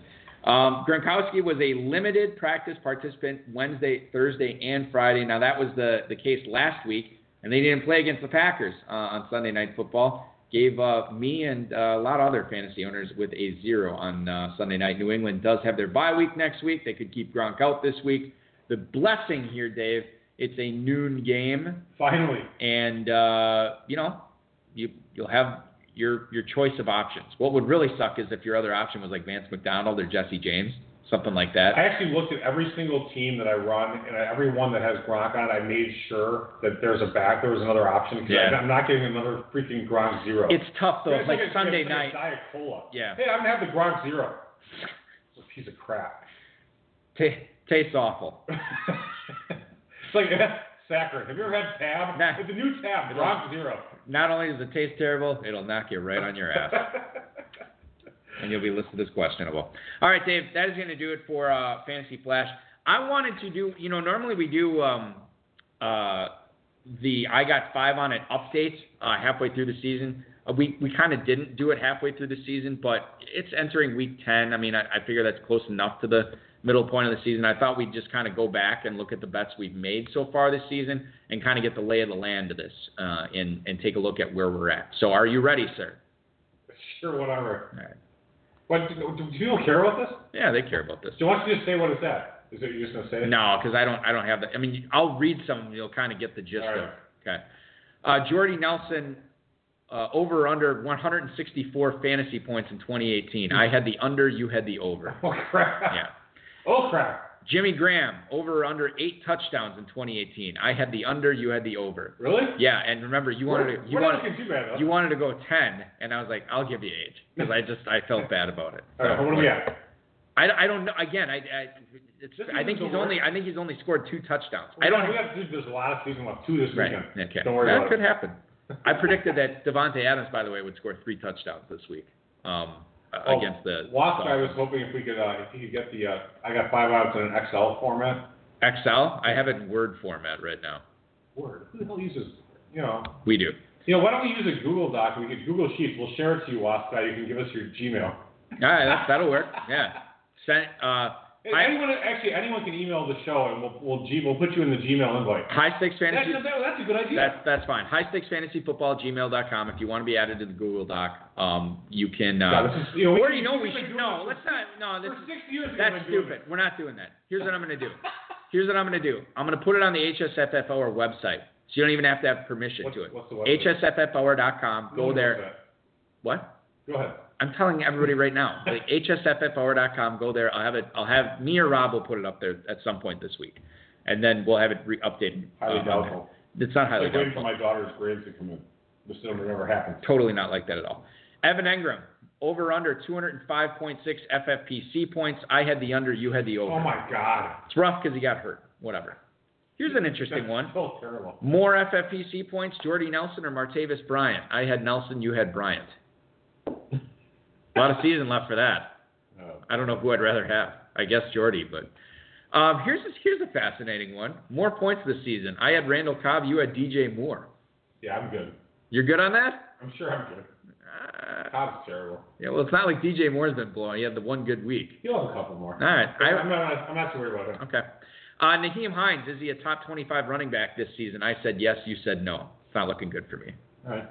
[SPEAKER 2] Um, Gronkowski was a limited practice participant Wednesday, Thursday, and Friday. Now that was the, the case last week, and they didn't play against the Packers uh, on Sunday Night Football. Gave uh, me and uh, a lot of other fantasy owners with a zero on uh, Sunday night. New England does have their bye week next week. They could keep Gronk out this week. The blessing here, Dave, it's a noon game
[SPEAKER 1] Finally.
[SPEAKER 2] and uh, you know you you'll have your your choice of options. What would really suck is if your other option was like Vance McDonald or Jesse James. something like that.
[SPEAKER 1] I actually looked at every single team that I run and every one that has Gronk on. it, I made sure that there's a back, there was another option because
[SPEAKER 2] Yeah.
[SPEAKER 1] I'm not getting another freaking Gronk zero.
[SPEAKER 2] It's tough though.
[SPEAKER 1] Yeah,
[SPEAKER 2] It's like
[SPEAKER 1] it's
[SPEAKER 2] Sunday
[SPEAKER 1] it's like
[SPEAKER 2] night.
[SPEAKER 1] a Diet Cola.
[SPEAKER 2] Yeah.
[SPEAKER 1] Hey, I'm gonna have the Gronk zero. It's a piece of crap.
[SPEAKER 2] Ta- tastes awful.
[SPEAKER 1] it's like saccharin. Have you ever had tab?
[SPEAKER 2] Nah.
[SPEAKER 1] It's a new tab, Gronk zero.
[SPEAKER 2] Not only does it taste terrible, it'll knock you right on your ass, and you'll be listed as questionable. All right, Dave, that is going to do it for uh, Fantasy Flash. I wanted to do, you know, normally we do um, uh, the I got five on it updates uh, halfway through the season. Uh, we we kind of didn't do it halfway through the season, but it's entering week ten. I mean, I, I figure that's close enough to the middle point of the season. I thought we'd just kind of go back and look at the bets we've made so far this season and kind of get the lay of the land of this uh, and and take a look at where we're at. So, are you ready, sir?
[SPEAKER 1] sure, whatever.
[SPEAKER 2] All right.
[SPEAKER 1] What do, do people care about this?
[SPEAKER 2] Yeah, they care about this.
[SPEAKER 1] Do you want to just say what it's at? Is it you're just gonna say it?
[SPEAKER 2] No, because I don't. I don't have that. I mean, I'll read some. You'll kind of get the gist
[SPEAKER 1] All
[SPEAKER 2] of. it.
[SPEAKER 1] right.
[SPEAKER 2] Okay. Uh, Jordy Nelson uh, over under 164 fantasy points in 2018. I had the under. You had the over.
[SPEAKER 1] Oh crap.
[SPEAKER 2] Yeah.
[SPEAKER 1] Oh crap.
[SPEAKER 2] Jimmy Graham over under eight touchdowns in 2018. I had the under. You had the over.
[SPEAKER 1] Really?
[SPEAKER 2] Yeah, and remember you wanted to, you
[SPEAKER 1] We're not
[SPEAKER 2] wanted
[SPEAKER 1] looking too bad, though.
[SPEAKER 2] you wanted to go 10, and I was like, I'll give you eight because I just I felt bad about it.
[SPEAKER 1] All right,
[SPEAKER 2] So,
[SPEAKER 1] what are we at?
[SPEAKER 2] I, I don't know. Again, I, I it's,
[SPEAKER 1] This
[SPEAKER 2] I think
[SPEAKER 1] isn't
[SPEAKER 2] he's
[SPEAKER 1] the
[SPEAKER 2] only
[SPEAKER 1] worst.
[SPEAKER 2] I think he's only scored two touchdowns. I don't.
[SPEAKER 1] We have to do there's a lot of season left. Two this
[SPEAKER 2] Right.
[SPEAKER 1] weekend.
[SPEAKER 2] Okay.
[SPEAKER 1] Don't worry
[SPEAKER 2] that
[SPEAKER 1] about
[SPEAKER 2] could
[SPEAKER 1] it.
[SPEAKER 2] happen. I predicted that Devonte Adams, by the way, would score three touchdowns this week um,
[SPEAKER 1] Oh,
[SPEAKER 2] against the
[SPEAKER 1] Wasp, I was hoping if
[SPEAKER 2] Dolphins.
[SPEAKER 1] we could, uh, if you could get the, uh, I got five outs in an XL format.
[SPEAKER 2] XL. I have it in Word format right now.
[SPEAKER 1] Word. Who the hell uses, you know?
[SPEAKER 2] We do.
[SPEAKER 1] You know, why don't we use a Google Doc? We could Google Sheets. We'll share it to you, Wasp. You can give us your Gmail.
[SPEAKER 2] All right, that, that'll work. Yeah. Send, uh,
[SPEAKER 1] And
[SPEAKER 2] Hi-
[SPEAKER 1] anyone, actually, anyone can email the show, and we'll we'll, G, we'll put you in the Gmail invite.
[SPEAKER 2] high stakes
[SPEAKER 1] That's,
[SPEAKER 2] fantasy.
[SPEAKER 1] that, that's a good idea.
[SPEAKER 2] That's that's fine. High stakes fantasy football gmail.com. If you want to be added to the Google Doc, um, you can. Uh,
[SPEAKER 1] God, this is- you know, we-
[SPEAKER 2] or you know we
[SPEAKER 1] we've been doing
[SPEAKER 2] should no.
[SPEAKER 1] this
[SPEAKER 2] Let's not no. This
[SPEAKER 1] for
[SPEAKER 2] is-
[SPEAKER 1] six years. we've
[SPEAKER 2] That's
[SPEAKER 1] been doing
[SPEAKER 2] stupid.
[SPEAKER 1] this.
[SPEAKER 2] We're not doing that. Here's what I'm going to do. Here's what I'm going to do. I'm going to put it on the HSFFO or website. So you don't even have to have permission
[SPEAKER 1] What's-
[SPEAKER 2] to it.
[SPEAKER 1] what's the website?
[SPEAKER 2] HSFFOR.com.
[SPEAKER 1] No
[SPEAKER 2] Go
[SPEAKER 1] one
[SPEAKER 2] there.
[SPEAKER 1] knows
[SPEAKER 2] What?
[SPEAKER 1] that. Go ahead.
[SPEAKER 2] I'm telling everybody right now. Like HSFFOR.com. Go there. I'll have it. I'll have me or Rob will put it up there at some point this week, and then we'll have it re- updated.
[SPEAKER 1] Highly
[SPEAKER 2] on
[SPEAKER 1] doubtful.
[SPEAKER 2] there. It's not highly
[SPEAKER 1] Like waiting for
[SPEAKER 2] doubtful.
[SPEAKER 1] my daughter's grades to come in. This never never happened.
[SPEAKER 2] Totally not like that at all. Evan Engram. Over under 205.6 FFPC points. I had the under. You had the over.
[SPEAKER 1] Oh my God.
[SPEAKER 2] It's rough because he got hurt. Whatever. Here's an interesting
[SPEAKER 1] That's
[SPEAKER 2] one.
[SPEAKER 1] So terrible.
[SPEAKER 2] More FFPC points, Jordy Nelson or Martavis Bryant? I had Nelson, you had Bryant. A lot of season left for that.
[SPEAKER 1] Uh,
[SPEAKER 2] I don't know who I'd rather have. I guess Jordy, but um, here's a, here's a fascinating one. More points this season. I had Randall Cobb, you had DJ Moore.
[SPEAKER 1] yeah, I'm good.
[SPEAKER 2] You're good on that?
[SPEAKER 1] I'm sure I'm good.
[SPEAKER 2] Uh,
[SPEAKER 1] Cobb's terrible.
[SPEAKER 2] yeah, well, it's not like DJ Moore's been blowing. He had the one good week.
[SPEAKER 1] He'll have a couple more.
[SPEAKER 2] All right.
[SPEAKER 1] I,
[SPEAKER 2] I-
[SPEAKER 1] am not, I'm not too worried about him.
[SPEAKER 2] Okay. Uh, Naheem Hines, is he a top 25 running back this season? I said yes, you said no. It's not looking good for me.
[SPEAKER 1] All right.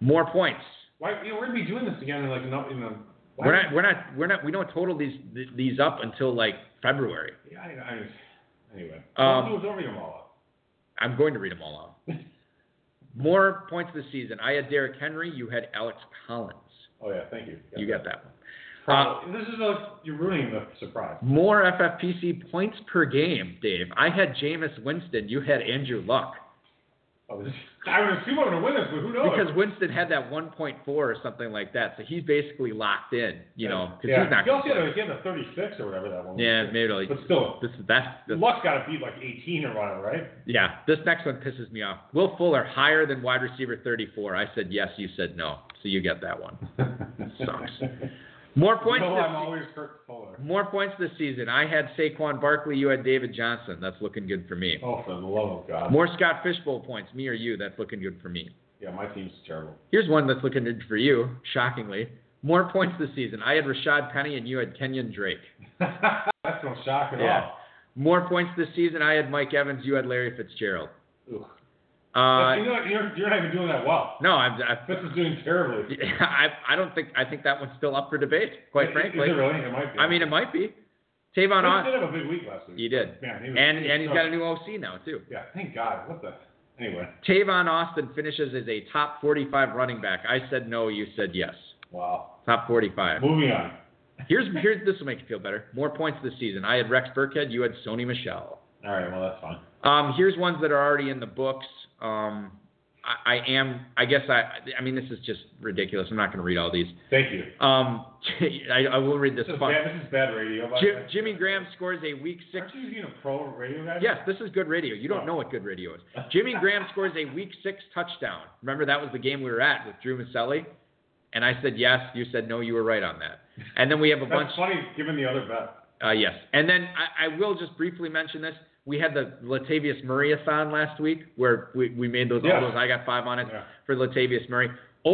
[SPEAKER 2] More points.
[SPEAKER 1] Why, you know, we're gonna be doing this again in like no, you know. why-
[SPEAKER 2] We're not, we're not, we're not, we don't total these, th- these up until like February.
[SPEAKER 1] Yeah, I, I, anyway.
[SPEAKER 2] Um,
[SPEAKER 1] don't, don't ring them all up.
[SPEAKER 2] I'm going to read them all out. More points this season. I had Derrick Henry, you had Alex Collins.
[SPEAKER 1] Oh yeah, thank you.
[SPEAKER 2] You got that one. Uh,
[SPEAKER 1] Probably- this is a you're ruining the surprise.
[SPEAKER 2] More FFPC points per game, Dave. I had Jameis Winston, you had Andrew Luck.
[SPEAKER 1] Oh, this, I would assume I'm gonna win this, but who knows?
[SPEAKER 2] Because Winston had that 1.4 or something like that, so he's basically locked in, you know, because
[SPEAKER 1] yeah.
[SPEAKER 2] he's not.
[SPEAKER 1] He
[SPEAKER 2] gonna
[SPEAKER 1] also had
[SPEAKER 2] play.
[SPEAKER 1] a, he had a 36 or whatever that one. was.
[SPEAKER 2] Yeah, maybe like
[SPEAKER 1] But still,
[SPEAKER 2] this is that's, that's
[SPEAKER 1] Luck's got to beat like 18 or whatever, right?
[SPEAKER 2] yeah. This next one pisses me off. Will Fuller higher than wide receiver 34. I said yes, you said no, so you get that one. Sucks. More
[SPEAKER 1] You
[SPEAKER 2] points.
[SPEAKER 1] know,
[SPEAKER 2] this,
[SPEAKER 1] I'm always Kurt Fuller.
[SPEAKER 2] more points this season. I had Saquon Barkley. You had David Johnson. That's looking good for me.
[SPEAKER 1] Oh, for the love of God.
[SPEAKER 2] More Scott Fishbowl points. Me or you? That's looking good for me.
[SPEAKER 1] Yeah, my team's terrible.
[SPEAKER 2] Here's one that's looking good for you. Shockingly, more points this season. I had Rashad Penny and you had Kenyon Drake.
[SPEAKER 1] That's no shock at
[SPEAKER 2] Yeah.
[SPEAKER 1] all.
[SPEAKER 2] More points this season. I had Mike Evans. You had Larry Fitzgerald.
[SPEAKER 1] Ugh.
[SPEAKER 2] Uh,
[SPEAKER 1] you know, you're, you're not even doing that well.
[SPEAKER 2] no, I've, I've
[SPEAKER 1] This is doing terribly.
[SPEAKER 2] I, I don't think I think that one's still up for debate. Quite
[SPEAKER 1] Is-
[SPEAKER 2] frankly,
[SPEAKER 1] is it really? It might be.
[SPEAKER 2] I mean it might be. Tavon
[SPEAKER 1] he
[SPEAKER 2] Austin,
[SPEAKER 1] did have a big week last week.
[SPEAKER 2] he did,
[SPEAKER 1] Man, he was,
[SPEAKER 2] and
[SPEAKER 1] he was
[SPEAKER 2] and he's
[SPEAKER 1] so-
[SPEAKER 2] got a new OC now too.
[SPEAKER 1] Yeah, thank God. What the? Anyway,
[SPEAKER 2] Tavon Austin finishes as a top 45 running back. I said no, you said yes.
[SPEAKER 1] wow.
[SPEAKER 2] Top 45.
[SPEAKER 1] Moving on.
[SPEAKER 2] Here's here's this will make you feel better. More points this season. I had Rex Burkhead. You had Sony Michelle.
[SPEAKER 1] All right, well that's fine.
[SPEAKER 2] Um, here's ones that are already in the books. Um, I, I am. I guess I. I mean, this is just ridiculous. I'm not going to read all these.
[SPEAKER 1] Thank you.
[SPEAKER 2] Um, I, I will read this.
[SPEAKER 1] This is
[SPEAKER 2] fun.
[SPEAKER 1] bad, this is bad radio. by the
[SPEAKER 2] Jim,
[SPEAKER 1] way.
[SPEAKER 2] Jimmy Graham scores a week six.
[SPEAKER 1] Aren't you being a pro radio guy?
[SPEAKER 2] Yes, this is good radio. You
[SPEAKER 1] Oh.
[SPEAKER 2] don't know what good radio is. Jimmy Graham scores a week six touchdown. Remember that was the game we were at with Drew Maselli, and I said yes. You said no. You were right on that. And then we have a bunch.
[SPEAKER 1] That's funny, given the other bet.
[SPEAKER 2] Uh, yes. And then I, I will just briefly mention this. We had the Latavius Murray thon last week where we, we made those
[SPEAKER 1] Yeah.
[SPEAKER 2] all those. I got five on it
[SPEAKER 1] Yeah.
[SPEAKER 2] for Latavius Murray.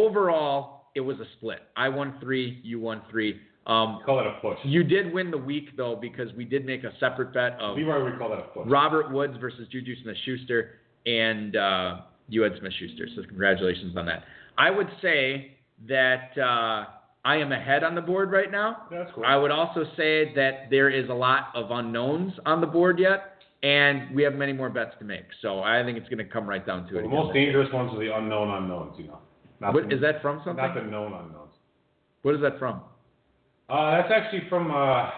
[SPEAKER 2] Overall, it was a split. I won three, you won three. Um,
[SPEAKER 1] Call that a push.
[SPEAKER 2] you did win the week though because we did make a separate bet of
[SPEAKER 1] Leroy would call that a push.
[SPEAKER 2] Robert Woods versus Juju Smith-Schuster and uh, you had Smith-Schuster. So congratulations on that. I would say that uh, I am ahead on the board right now.
[SPEAKER 1] That's cool.
[SPEAKER 2] I would also say that there is a lot of unknowns on the board yet, and we have many more bets to make. So I think it's going to come right down to it.
[SPEAKER 1] the
[SPEAKER 2] again.
[SPEAKER 1] most dangerous ones are the unknown unknowns, you know. Not
[SPEAKER 2] What-
[SPEAKER 1] the,
[SPEAKER 2] is that from something?
[SPEAKER 1] Not the known unknowns.
[SPEAKER 2] What is that from?
[SPEAKER 1] Uh, that's actually from, uh,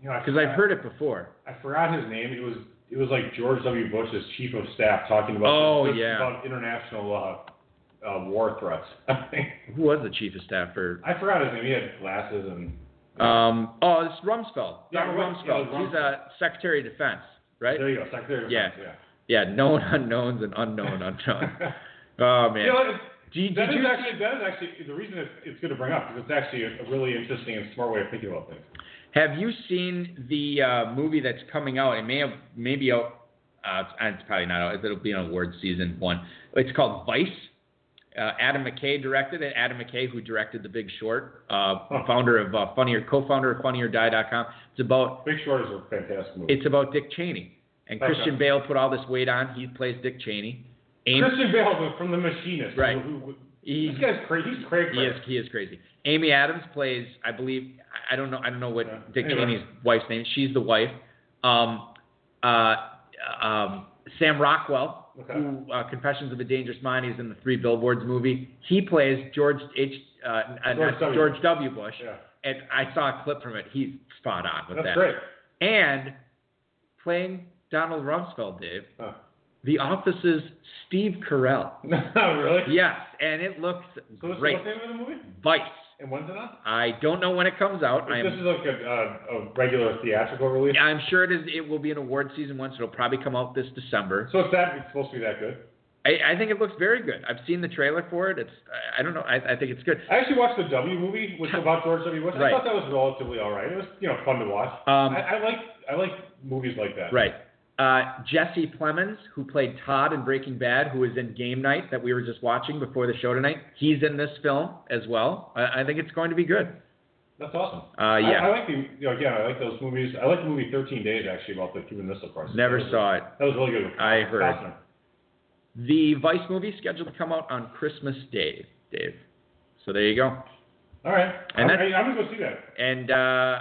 [SPEAKER 1] you know,
[SPEAKER 2] Because I've heard it before.
[SPEAKER 1] I forgot his name. It was it was like George W. Bush's chief of staff talking about
[SPEAKER 2] Oh,
[SPEAKER 1] this-
[SPEAKER 2] yeah.
[SPEAKER 1] about international uh, uh, war threats. I think
[SPEAKER 2] Who was the chief of staff for?
[SPEAKER 1] I forgot his name. He had glasses and
[SPEAKER 2] Um, oh, it's Rumsfeld.
[SPEAKER 1] Yeah,
[SPEAKER 2] Donald
[SPEAKER 1] right. Yeah,
[SPEAKER 2] Rumsfeld.
[SPEAKER 1] Rumsfeld.
[SPEAKER 2] He's a Secretary of Defense, right?
[SPEAKER 1] there you go, Secretary. of
[SPEAKER 2] Yeah.
[SPEAKER 1] Defense, yeah.
[SPEAKER 2] Yeah, known unknowns and unknown unknowns. Oh man.
[SPEAKER 1] You know, it-
[SPEAKER 2] Did-
[SPEAKER 1] that
[SPEAKER 2] did
[SPEAKER 1] is
[SPEAKER 2] you-
[SPEAKER 1] actually that is actually the reason it's, it's good to bring up because it's actually a, a really interesting and smart way of thinking about things.
[SPEAKER 2] Have you seen the uh, movie that's coming out? It may have maybe out. Uh, it's it's probably not out. It'll be an award season one. It's called Vice. Uh, Adam McKay directed it. Adam McKay, who directed The Big Short, uh,
[SPEAKER 1] Huh.
[SPEAKER 2] founder of uh, Funnier, co-founder of FunnierDie.com. It's about
[SPEAKER 1] Big Short is a fantastic movie.
[SPEAKER 2] it's about Dick Cheney. And
[SPEAKER 1] Okay.
[SPEAKER 2] Christian Bale put all this weight on. He plays Dick Cheney. Amy,
[SPEAKER 1] Christian Bale was from The Machinist.
[SPEAKER 2] Right.
[SPEAKER 1] Who, who,
[SPEAKER 2] he-
[SPEAKER 1] this guy's crazy. He's crazy.
[SPEAKER 2] He is he is crazy. Amy Adams plays, I believe, I- I don't know, I don't know what
[SPEAKER 1] Yeah.
[SPEAKER 2] Dick
[SPEAKER 1] Anyway.
[SPEAKER 2] Cheney's wife's name. is. She's the wife. Um, uh, um, Sam Rockwell,
[SPEAKER 1] Okay.
[SPEAKER 2] who uh, Confessions of a Dangerous Mind, he's in the Three Billboards movie. He plays George H. Uh, uh,
[SPEAKER 1] George
[SPEAKER 2] not-
[SPEAKER 1] W.
[SPEAKER 2] George W. Bush.
[SPEAKER 1] Yeah.
[SPEAKER 2] And I saw a clip from it. He's spot on with
[SPEAKER 1] That's
[SPEAKER 2] that.
[SPEAKER 1] great.
[SPEAKER 2] And playing Donald Rumsfeld, Dave,
[SPEAKER 1] Huh.
[SPEAKER 2] The Office's Steve Carell.
[SPEAKER 1] really?
[SPEAKER 2] Yes, and it looks
[SPEAKER 1] So this
[SPEAKER 2] great.
[SPEAKER 1] is what's the name of the movie?
[SPEAKER 2] Vice.
[SPEAKER 1] And when's it on?
[SPEAKER 2] I don't know when it comes out. I'm,
[SPEAKER 1] this is like a, uh, a regular theatrical release.
[SPEAKER 2] I'm sure it is. It will be an award season one, so it'll probably come out this December.
[SPEAKER 1] So it's that. It's supposed to be that good.
[SPEAKER 2] I, I think it looks very good. I've seen the trailer for it. It's I, I don't know. I, I think it's good.
[SPEAKER 1] I actually watched the W movie, which is about George W. Bush.
[SPEAKER 2] Right.
[SPEAKER 1] I thought that was relatively all right. It was you know fun to watch.
[SPEAKER 2] Um,
[SPEAKER 1] I, I like I like movies like that.
[SPEAKER 2] Right. Uh, Jesse Plemons, who played Todd in Breaking Bad, who was in Game Night that we were just watching before the show tonight, he's in this film as well. I, I think it's going to be good.
[SPEAKER 1] That's awesome.
[SPEAKER 2] Uh, yeah.
[SPEAKER 1] I, I like the you know, again. I like those movies. I like the movie Thirteen Days actually about the Cuban Missile Crisis.
[SPEAKER 2] Never
[SPEAKER 1] That was-
[SPEAKER 2] saw it.
[SPEAKER 1] That was really good.
[SPEAKER 2] I heard.
[SPEAKER 1] Costner.
[SPEAKER 2] The Vice movie scheduled to come out on Christmas Day, Dave. So there you go.
[SPEAKER 1] All right.
[SPEAKER 2] And
[SPEAKER 1] I'm,
[SPEAKER 2] that's-
[SPEAKER 1] I'm gonna go see that.
[SPEAKER 2] And uh,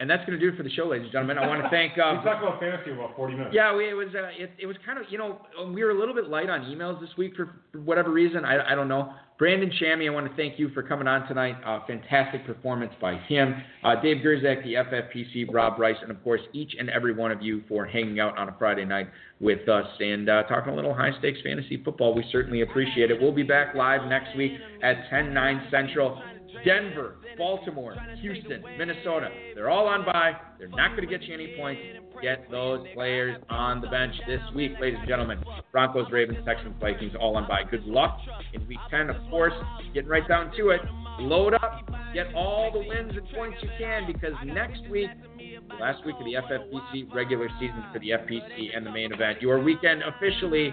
[SPEAKER 2] and that's going to do it for the show, ladies and gentlemen. I want to thank.
[SPEAKER 1] we
[SPEAKER 2] Uh,
[SPEAKER 1] talked about fantasy for about forty minutes.
[SPEAKER 2] yeah, we, it was uh, it, it was kind of you know um, we were a little bit light on emails this week for, for whatever reason. I, I don't know. Brandon Chammy, I want to thank you for coming on tonight. Uh, fantastic performance by him. Uh, Dave Gerzak, the FFPC, Rob Rice, and of course each and every one of you for hanging out on a Friday night with us and uh, talking a little high stakes fantasy football. We certainly appreciate it. We'll be back live next week at 10 9 Central. Denver, Baltimore, Houston, Minnesota. They're all on by. They're not going to get you any points. Get those players on the bench this week, ladies and gentlemen. Broncos, Ravens, Texans, Vikings, all on by. Good luck in week 10, of course. Getting right down to it. Load up. Get all the wins and points you can because next week, the last week of the FFPC regular season for the FPC and the main event, your weekend officially,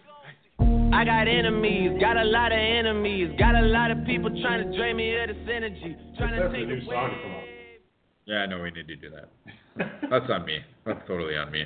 [SPEAKER 3] I got enemies, got a lot of enemies, got a lot of people trying to drain me of this energy,
[SPEAKER 1] Except
[SPEAKER 3] trying to
[SPEAKER 1] for the
[SPEAKER 3] take
[SPEAKER 1] new
[SPEAKER 3] away.
[SPEAKER 1] song to come out.
[SPEAKER 2] Yeah, I know we need to do that. That's on me. That's totally on me.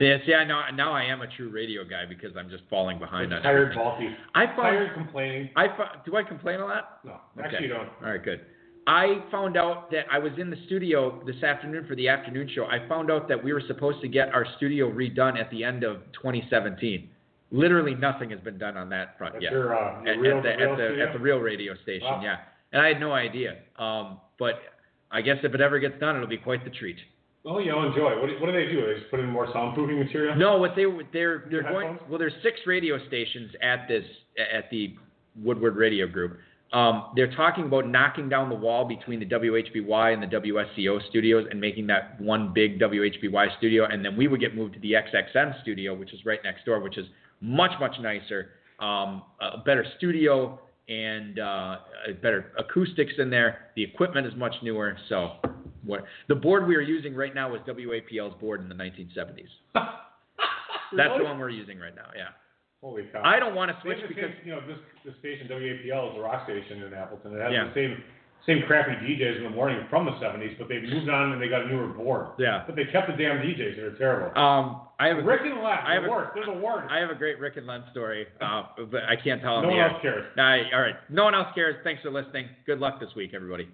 [SPEAKER 2] Yeah, see, I know now I am a true radio guy because I'm just falling behind on
[SPEAKER 1] Tired
[SPEAKER 2] everything.
[SPEAKER 1] balky.
[SPEAKER 2] I found
[SPEAKER 1] Tired complaining.
[SPEAKER 2] I fo- do I complain a lot?
[SPEAKER 1] No, actually you don't.
[SPEAKER 2] All right, good. I found out that I was in the studio this afternoon for the afternoon show. I found out that we were supposed to get our studio redone at the end of 2017. Literally nothing has been done on that front
[SPEAKER 1] At
[SPEAKER 2] yet.
[SPEAKER 1] your, uh,
[SPEAKER 2] at,
[SPEAKER 1] your real,
[SPEAKER 2] at the,
[SPEAKER 1] real
[SPEAKER 2] at, the,
[SPEAKER 1] studio?
[SPEAKER 2] at the real radio station,
[SPEAKER 1] Wow.
[SPEAKER 2] yeah. And I had no idea. Um, but I guess if it ever gets done, it'll be quite the treat.
[SPEAKER 1] Well, you know, enjoy. What do, what do they do? They just put in more soundproofing material?
[SPEAKER 2] No, what they they're
[SPEAKER 1] New
[SPEAKER 2] they're going
[SPEAKER 1] headphones?
[SPEAKER 2] well. There's six radio stations at this at the Woodward Radio Group. Um, they're talking about knocking down the wall between the WHBY and the WSCO studios and making that one big WHBY studio, and then we would get moved to the XXN studio, which is right next door, which is much much nicer, um, a better studio and uh, better acoustics in there. The equipment is much newer, so. What, the board we are using right now is WAPL's board in the 1970s. That's the
[SPEAKER 1] Really?
[SPEAKER 2] one we're using right now. Yeah.
[SPEAKER 1] Holy cow.
[SPEAKER 2] I don't want to
[SPEAKER 1] They
[SPEAKER 2] switch
[SPEAKER 1] have the
[SPEAKER 2] because
[SPEAKER 1] same, you know, this, this station, WAPL, is a rock station in Appleton. It has
[SPEAKER 2] Yeah.
[SPEAKER 1] the same same crappy DJs in the morning from the 70s, but they moved on and they got a newer board.
[SPEAKER 2] Yeah.
[SPEAKER 1] But they kept the damn DJs. They're terrible.
[SPEAKER 2] um I have a
[SPEAKER 1] Rick and Len,
[SPEAKER 2] I have
[SPEAKER 1] the
[SPEAKER 2] a-
[SPEAKER 1] worst. They're the worst.
[SPEAKER 2] I have a great Rick and Len story, uh, but I can't tell on
[SPEAKER 1] no
[SPEAKER 2] the
[SPEAKER 1] one
[SPEAKER 2] air.
[SPEAKER 1] else cares.
[SPEAKER 2] All right, all right. No one else cares. Thanks for listening. Good luck this week, everybody.